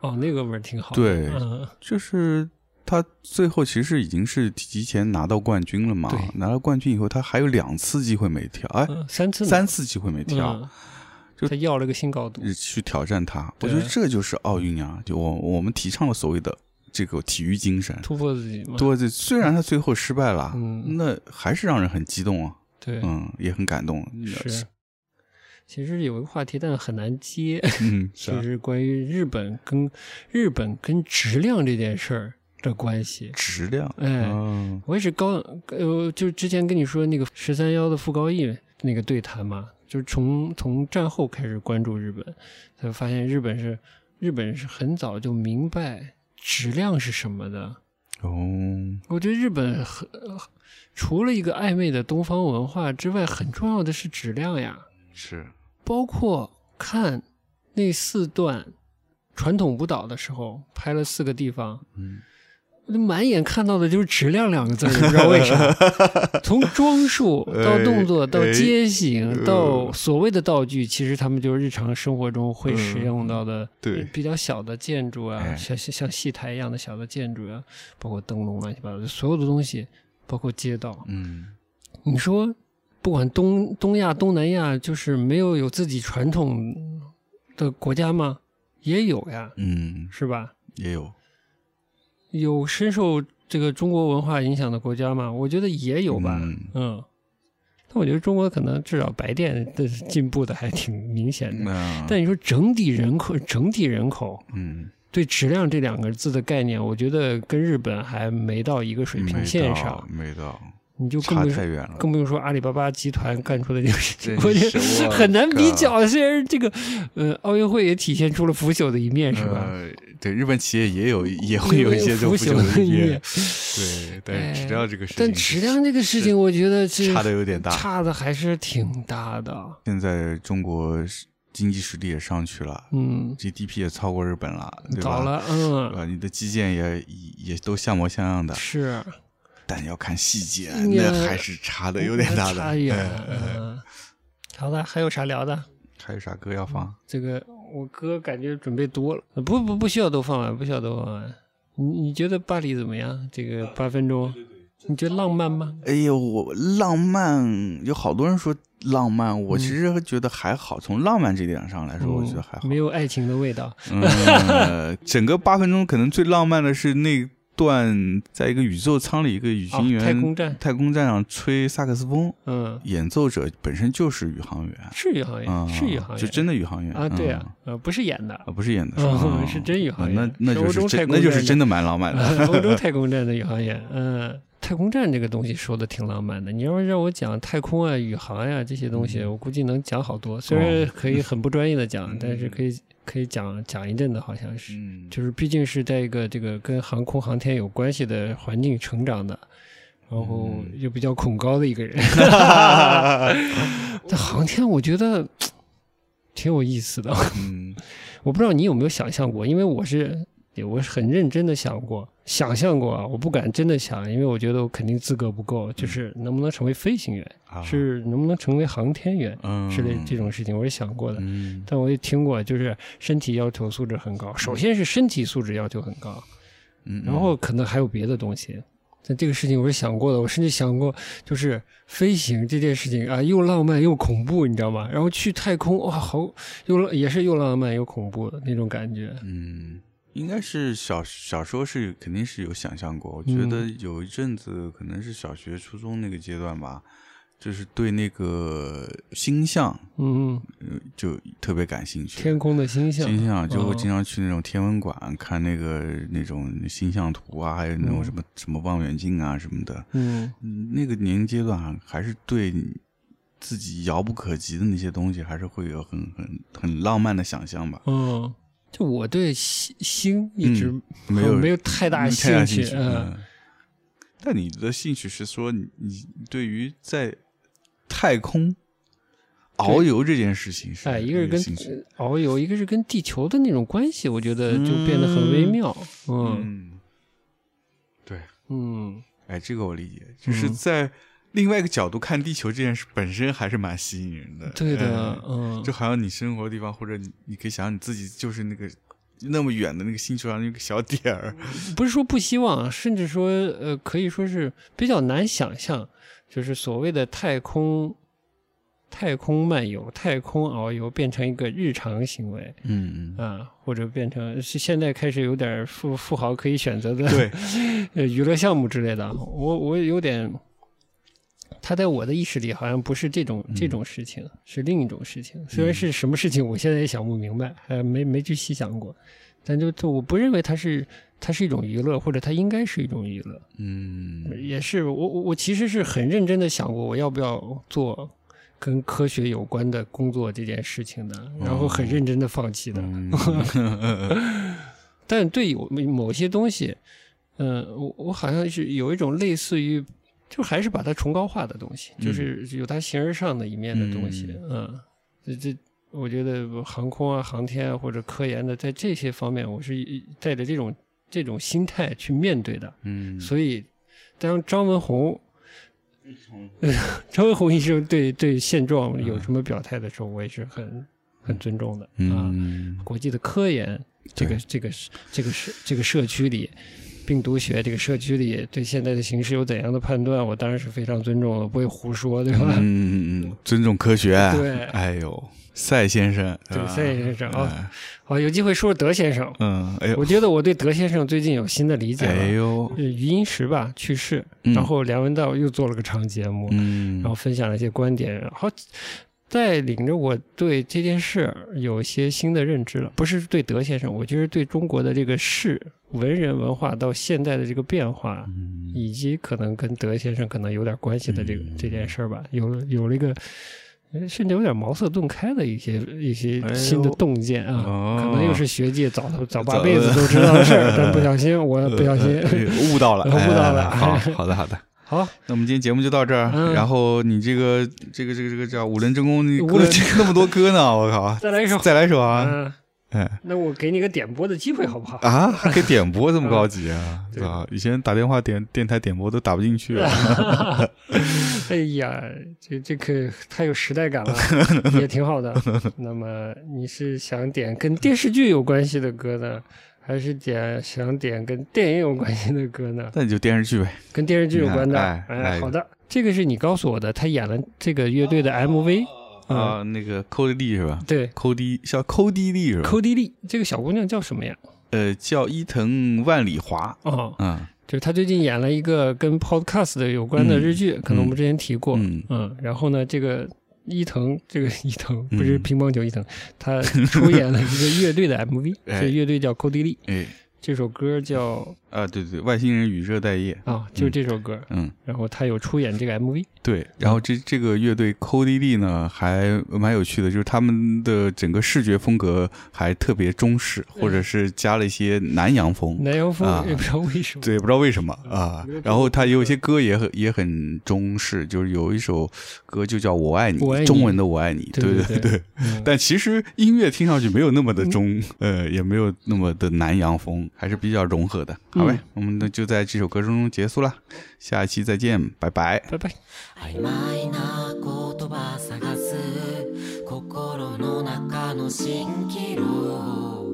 Speaker 2: 哦，那个味儿挺好的。
Speaker 1: 对
Speaker 2: 嗯，
Speaker 1: 就是他最后其实已经是提前拿到冠军了嘛
Speaker 2: 对，
Speaker 1: 拿到冠军以后他还有两次机会没跳，哎，
Speaker 2: 嗯三次呢
Speaker 1: 三次机会没跳，
Speaker 2: 嗯
Speaker 1: 就
Speaker 2: 他要了个新高度。
Speaker 1: 去挑战他，我
Speaker 2: 对
Speaker 1: 觉得这就是奥运啊，就我我们提倡了所谓的这个体育精神。
Speaker 2: 突破自己嘛，
Speaker 1: 对，虽然他最后失败了，
Speaker 2: 嗯
Speaker 1: 那还是让人很激动啊，
Speaker 2: 对，
Speaker 1: 嗯，也很感动。
Speaker 2: 是。其实有一个话题，但很难接，
Speaker 1: 嗯，是啊
Speaker 2: 就，是关于日本跟日本跟质量这件事儿，的关系。
Speaker 1: 质量，
Speaker 2: 哎
Speaker 1: 嗯
Speaker 2: 我也是高，呃，就是之前跟你说那个十三幺的傅高义那个对谈嘛，就是从从战后开始关注日本，才发现日本是日本是很早就明白质量是什么的。
Speaker 1: 哦，
Speaker 2: 我觉得日本很呃除了一个暧昧的东方文化之外，很重要的是质量呀。
Speaker 1: 是，
Speaker 2: 包括看那四段传统舞蹈的时候，拍了四个地方，
Speaker 1: 嗯，
Speaker 2: 我就满眼看到的就是“质量”两个字儿，也不知道为 啥。从装束到动作，
Speaker 1: 哎
Speaker 2: 到街景，
Speaker 1: 哎
Speaker 2: 到所谓的道具，其实他们就是日常生活中会使用到的，
Speaker 1: 嗯对
Speaker 2: 比较小的建筑啊
Speaker 1: 哎，
Speaker 2: 像像戏台一样的小的建筑啊，包括灯笼乱七八糟，所有的东西，包括街道，
Speaker 1: 嗯，
Speaker 2: 你说，不管东东亚、东南亚，就是没有有自己传统的国家吗？也有呀，
Speaker 1: 嗯，
Speaker 2: 是吧？
Speaker 1: 也有，
Speaker 2: 有深受这个中国文化影响的国家吗？我觉得也有吧。
Speaker 1: 嗯
Speaker 2: 嗯，但我觉得中国可能至少白电的进步的还挺明显的。
Speaker 1: 那，
Speaker 2: 但你说整体人口，整体人口
Speaker 1: 嗯，
Speaker 2: 对质量这两个字的概念，我觉得跟日本还没到一个水平
Speaker 1: 没
Speaker 2: 线
Speaker 1: 到
Speaker 2: 上，，
Speaker 1: 没到，
Speaker 2: 你就更
Speaker 1: 差
Speaker 2: 不
Speaker 1: 太远了，
Speaker 2: 更不用说阿里巴巴集团干出的这个事情，
Speaker 1: 真
Speaker 2: 我觉
Speaker 1: 是
Speaker 2: 得
Speaker 1: 我
Speaker 2: 很难比
Speaker 1: 靠
Speaker 2: 较。虽然这个呃奥运会也体现出了腐朽的一面，是吧？
Speaker 1: 呃，对，日本企业 也有也会有一些这种
Speaker 2: 腐
Speaker 1: 不朽
Speaker 2: 朽的
Speaker 1: 的
Speaker 2: 一
Speaker 1: 一
Speaker 2: 面
Speaker 1: 面，，对，但是质量这个事情，
Speaker 2: 但质量这个事情，我觉得是
Speaker 1: 差的有点大。
Speaker 2: 差的还是挺大的。
Speaker 1: 现在中国是经济实力也上去了、
Speaker 2: 嗯，
Speaker 1: g d p 也超过日本了，对吧？
Speaker 2: 早了，
Speaker 1: 对
Speaker 2: 嗯，
Speaker 1: 吧？你的基建也也也都像模像样的，
Speaker 2: 是
Speaker 1: 但要看细节，
Speaker 2: 你
Speaker 1: 那还是差的有点大的。
Speaker 2: 差远
Speaker 1: 哎
Speaker 2: 了。嗯好的，还有啥聊的？
Speaker 1: 还有啥歌要放？
Speaker 2: 这个我歌感觉准备多了，不不不需要都放完，不需要都放完。你你觉得巴黎怎么样？这个八分钟，你觉得浪漫吗？
Speaker 1: 哎呦，我浪漫，有好多人说浪漫，我其实觉得还好。从浪漫这点上来说，我觉得还好。
Speaker 2: 嗯哦没有爱情的味道。
Speaker 1: 嗯，整个八分钟可能最浪漫的是那段在一个宇宙舱里，一个宇行员、
Speaker 2: 哦太空站
Speaker 1: 太空站上吹萨克斯风，
Speaker 2: 嗯，
Speaker 1: 演奏者本身就是宇航员，
Speaker 2: 是宇航
Speaker 1: 啊、
Speaker 2: 员，是宇航员，
Speaker 1: 就真的宇航员
Speaker 2: 啊，对啊，呃，不是演的
Speaker 1: 嗯，啊，不是演的，
Speaker 2: 嗯
Speaker 1: 吧
Speaker 2: 是真宇航员
Speaker 1: 啊那那
Speaker 2: 是
Speaker 1: 就
Speaker 2: 欧
Speaker 1: 是
Speaker 2: 洲太
Speaker 1: 真，
Speaker 2: 空
Speaker 1: 那就是
Speaker 2: 站的
Speaker 1: 真的蛮浪漫的。
Speaker 2: 欧洲太空站的宇航员。嗯，太空站这个东西说的挺浪漫的。你要是让我讲太空啊、宇航呀、这些东西，
Speaker 1: 嗯
Speaker 2: 我估计能讲好多。虽然
Speaker 1: 哦
Speaker 2: 可以很不专业的 讲，但是可以可以讲讲一阵子，好像是。
Speaker 1: 嗯，
Speaker 2: 就是毕竟是在一个这个跟航空航天有关系的环境成长的，然后
Speaker 1: 嗯
Speaker 2: 又比较恐高的一个 人。但航天我觉得挺有意思的，
Speaker 1: 嗯
Speaker 2: 我不知道你有没有想象过，因为我是我是很认真的想过，想象过啊，我不敢真的想，因为我觉得我肯定资格不够，就是能不能成为飞行员，
Speaker 1: 嗯啊
Speaker 2: 是能不能成为航天员
Speaker 1: 嗯
Speaker 2: 之类这种事情，我是想过的。
Speaker 1: 嗯
Speaker 2: 但我也听过，就是身体要求素质很高。首先是身体素质要求很高，
Speaker 1: 嗯，
Speaker 2: 然后可能还有别的东西。但这个事情我是想过的，我甚至想过，就是飞行这件事情啊，又浪漫又恐怖，你知道吗？然后去太空，哇，好又浪也是又浪漫又恐怖的那种感觉。
Speaker 1: 嗯，应该是小小时候是肯定是有想象过，我觉
Speaker 2: 嗯
Speaker 1: 得有一阵子可能是小学、初中那个阶段吧，就是对那个星象，
Speaker 2: 嗯，
Speaker 1: 呃，就特别感兴趣。
Speaker 2: 天空的星象，
Speaker 1: 星象就会
Speaker 2: 嗯
Speaker 1: 经常去那种天文馆看那个那种星象图啊，还有那种什么什么望远镜啊什么的。
Speaker 2: 嗯
Speaker 1: 嗯那个年龄阶段还还是对自己遥不可及的那些东西，还是会有很很很浪漫的想象吧。
Speaker 2: 嗯，就我对星星一直
Speaker 1: 嗯没有
Speaker 2: 没有太大
Speaker 1: 嗯太大
Speaker 2: 兴
Speaker 1: 兴
Speaker 2: 趣嗯
Speaker 1: 嗯。但你的兴趣是说你，你对于在太空遨游这件事情是
Speaker 2: 哎，一个是
Speaker 1: 有
Speaker 2: 跟
Speaker 1: 兴趣
Speaker 2: 呃遨游，一个是跟地球的那种关系，我觉得就变得很微妙。嗯
Speaker 1: 嗯，对，
Speaker 2: 嗯
Speaker 1: 哎，这个我理解，就是
Speaker 2: 嗯
Speaker 1: 在另外一个角度看地球这件事本身还是蛮吸引人的。
Speaker 2: 对的
Speaker 1: 哎，
Speaker 2: 嗯，
Speaker 1: 就好像你生活的地方，或者你你可以想象你自己就是那个那么远的那个星球上的一个小 点儿。
Speaker 2: 不是说不希望，啊甚至说呃，可以说是比较难想象，就是所谓的太空。太空漫游、太空遨游变成一个日常行为
Speaker 1: 嗯，
Speaker 2: 啊，或者变成是现在开始有点富富豪可以选择的
Speaker 1: 对，
Speaker 2: 呃娱乐项目之类的。我我有点，他在我的意识里好像不是这种
Speaker 1: 嗯
Speaker 2: 这种事情，是另一种事情。虽然是什么事情，我现在也想不明白，还没没去细想过。但就就我不认为它是它是一种娱乐，或者它应该是一种娱乐。
Speaker 1: 嗯
Speaker 2: 也是我我我其实是很认真的想过，我要不要做跟科学有关的工作这件事情的，然后
Speaker 1: 哦
Speaker 2: 很认真的放弃
Speaker 1: 嗯
Speaker 2: 的。 但对有某些东西，嗯、我我好像是有一种类似于，就还是把它崇高化的东
Speaker 1: 嗯
Speaker 2: 西，就是有它形而上的一面的东西。嗯，这这。我觉得航空啊、航天啊或者科研的，在这些方面，我是带着这种这种心态去面对的。
Speaker 1: 嗯
Speaker 2: 所以，当张文宏，
Speaker 1: 嗯
Speaker 2: 张文宏医生对对现状有什么表态的时候，我也是很很尊重的、啊。
Speaker 1: 嗯
Speaker 2: 国际的科研这个这个这个社这个社区里，病毒学这个社区里对现在的形势有怎样的判断，我当然是非常尊重了，不会胡说，对吧？
Speaker 1: 嗯嗯，尊重科学。
Speaker 2: 对
Speaker 1: 哎呦，赛先生，
Speaker 2: 对
Speaker 1: 吧
Speaker 2: 赛先生啊
Speaker 1: 哎
Speaker 2: 好，有机会说说德先生，
Speaker 1: 嗯，哎呦
Speaker 2: 我，觉得我对德先生最近有新的理解了。
Speaker 1: 哎呦，
Speaker 2: 呃余英时吧去世，
Speaker 1: 嗯
Speaker 2: 然后梁文道又做了个长节目，
Speaker 1: 嗯，
Speaker 2: 然后分享了一些观点，然后带领着我对这件事有一些新的认知了。不是对德先生，我就是对中国的这个世文人文化到现在的这个变化，
Speaker 1: 嗯
Speaker 2: 以及可能跟德先生可能有点关系的这个、这件事儿吧，有了有了一个。呃甚至有点茅塞顿开的一些一些
Speaker 1: 哎呦
Speaker 2: 新的洞见啊，
Speaker 1: 哦
Speaker 2: 可能又是学界早早八
Speaker 1: 早
Speaker 2: 辈子都知道的事儿，但不小心我不小 心、
Speaker 1: 哎误导了，
Speaker 2: 误导了
Speaker 1: 哎好，好的，好的。
Speaker 2: 好
Speaker 1: 那我们今天节目就到这儿，
Speaker 2: 嗯
Speaker 1: 然后你这个这个这个这个叫五轮真功，你
Speaker 2: 五
Speaker 1: 歌
Speaker 2: 轮
Speaker 1: 那么多歌呢，我靠！
Speaker 2: 再来一首
Speaker 1: 再来一首啊！
Speaker 2: 嗯，
Speaker 1: 哎
Speaker 2: 那我给你个点播的机会好不好？
Speaker 1: 啊，还可以点播，这么高级啊！
Speaker 2: 嗯对嗯
Speaker 1: 啊，以前打电话点电台点播都打不进去，
Speaker 2: 哎呀，这这个太有时代感 了，也挺好的。那么你是想点跟电视剧有关系的歌呢，还是点想点跟电影有关系的歌呢？
Speaker 1: 那你就电视剧呗。
Speaker 2: 跟电视剧有关的，
Speaker 1: 哎
Speaker 2: 哎，
Speaker 1: 哎哦
Speaker 2: 好的，这个是你告诉我的，他演了这个乐队的 MV 啊、
Speaker 1: 啊，那个寇迪丽是吧？
Speaker 2: 对，
Speaker 1: 寇迪叫寇迪丽是吧？
Speaker 2: 寇迪丽这个小姑娘叫什么呀？
Speaker 1: 呃，叫伊藤万里华。
Speaker 2: 哦，
Speaker 1: 嗯
Speaker 2: 就是她最近演了一个跟 podcast 的有关的日剧，可能我们之前提过，
Speaker 1: 嗯
Speaker 2: 嗯，然后呢，这个伊藤，这个伊藤
Speaker 1: 嗯
Speaker 2: 不是乒乓球 伊藤，他出演了一个乐队的 MV，
Speaker 1: 哎
Speaker 2: 这乐队叫 Cody Lee，
Speaker 1: 哎
Speaker 2: 这首歌叫
Speaker 1: 啊，对对，外星人与热带夜。
Speaker 2: 啊，就是这首歌，
Speaker 1: 嗯，
Speaker 2: 然后他有出演这个 MV，
Speaker 1: 对。然后
Speaker 2: 嗯
Speaker 1: 这这个乐队寇迪丽呢，还蛮有趣的，就是他们的整个视觉风格还特别中式，或者是加了一些南洋风。
Speaker 2: 南洋风
Speaker 1: 啊
Speaker 2: 也不知道为什么，
Speaker 1: 对，不知道为什么啊。然后他有一些歌也很也很中式，就是有一首歌就叫《我爱你
Speaker 2: 我爱》，你
Speaker 1: 中文的《我爱你》，
Speaker 2: 对嗯对
Speaker 1: 对对。
Speaker 2: 嗯
Speaker 1: 但其实音乐听上去没有那么的中，呃，也没有那么的南洋风，还是比较融合的。
Speaker 2: 嗯
Speaker 1: 好呗，我们呢就在这首歌中结束了，下一期再见，拜拜。
Speaker 2: 拜拜。
Speaker 6: 曖昧な言葉探す心の中の蜃気楼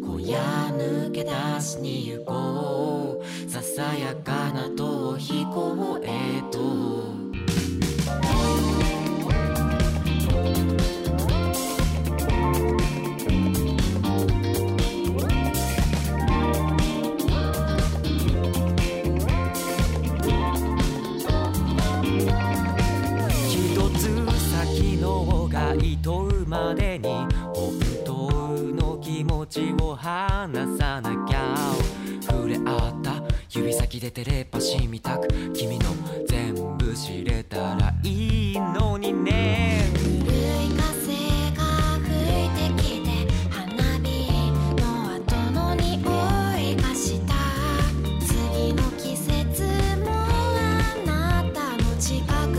Speaker 6: 小屋抜け出しに行こうささやかな逃避行へと一つ先の街灯までに本当の気持ちを話さなきゃ触れ合った指先でテレパシーみたく君の全部知れたらいいのにね
Speaker 4: 古い風が吹いてきて花火の後の匂いがした次の季節もあなたの近く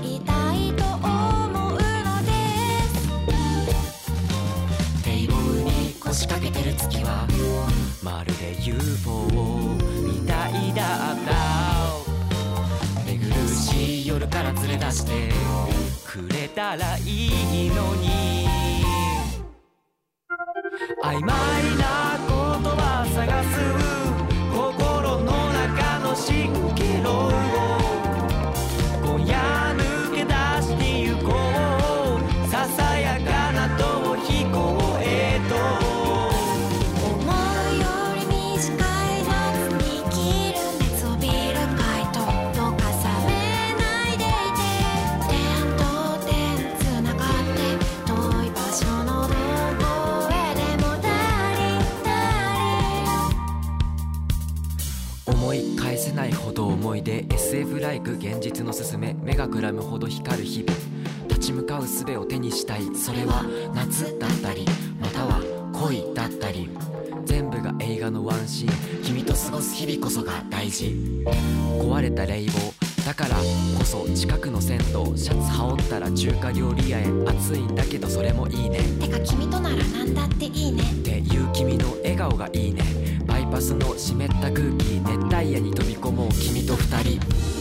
Speaker 4: にいたいと思うのです
Speaker 6: テーブルに腰掛けてる月はまるで UFO みたいだった寝苦しい夜から連れ出してくれたらいいのに曖昧な言葉探す心の中の蜃気楼を今夜抜け出してゆこうささやかな逃避行へと
Speaker 4: 思うより短い夏に生きる熱をビール解凍どうか冷めないでいて点と点繋がって遠い場所のどこへでもダーリン
Speaker 6: い返せないほど思い出 SF ライク現実のすすめ目がくらむほど光る日々立ち向かう術を手にしたいそれは夏だったりまたは恋だったり全部が映画のワンシーン君と過ごす日々こそが大事壊れた冷房だからこそ近くの銭湯シャツ羽織ったら中華料理屋へ暑いんだけどそれもいいね
Speaker 7: てか君となら何だっていいね
Speaker 6: っていう君の笑顔がいいねバイパスの湿った空気熱帯夜に飛び込もう君と二人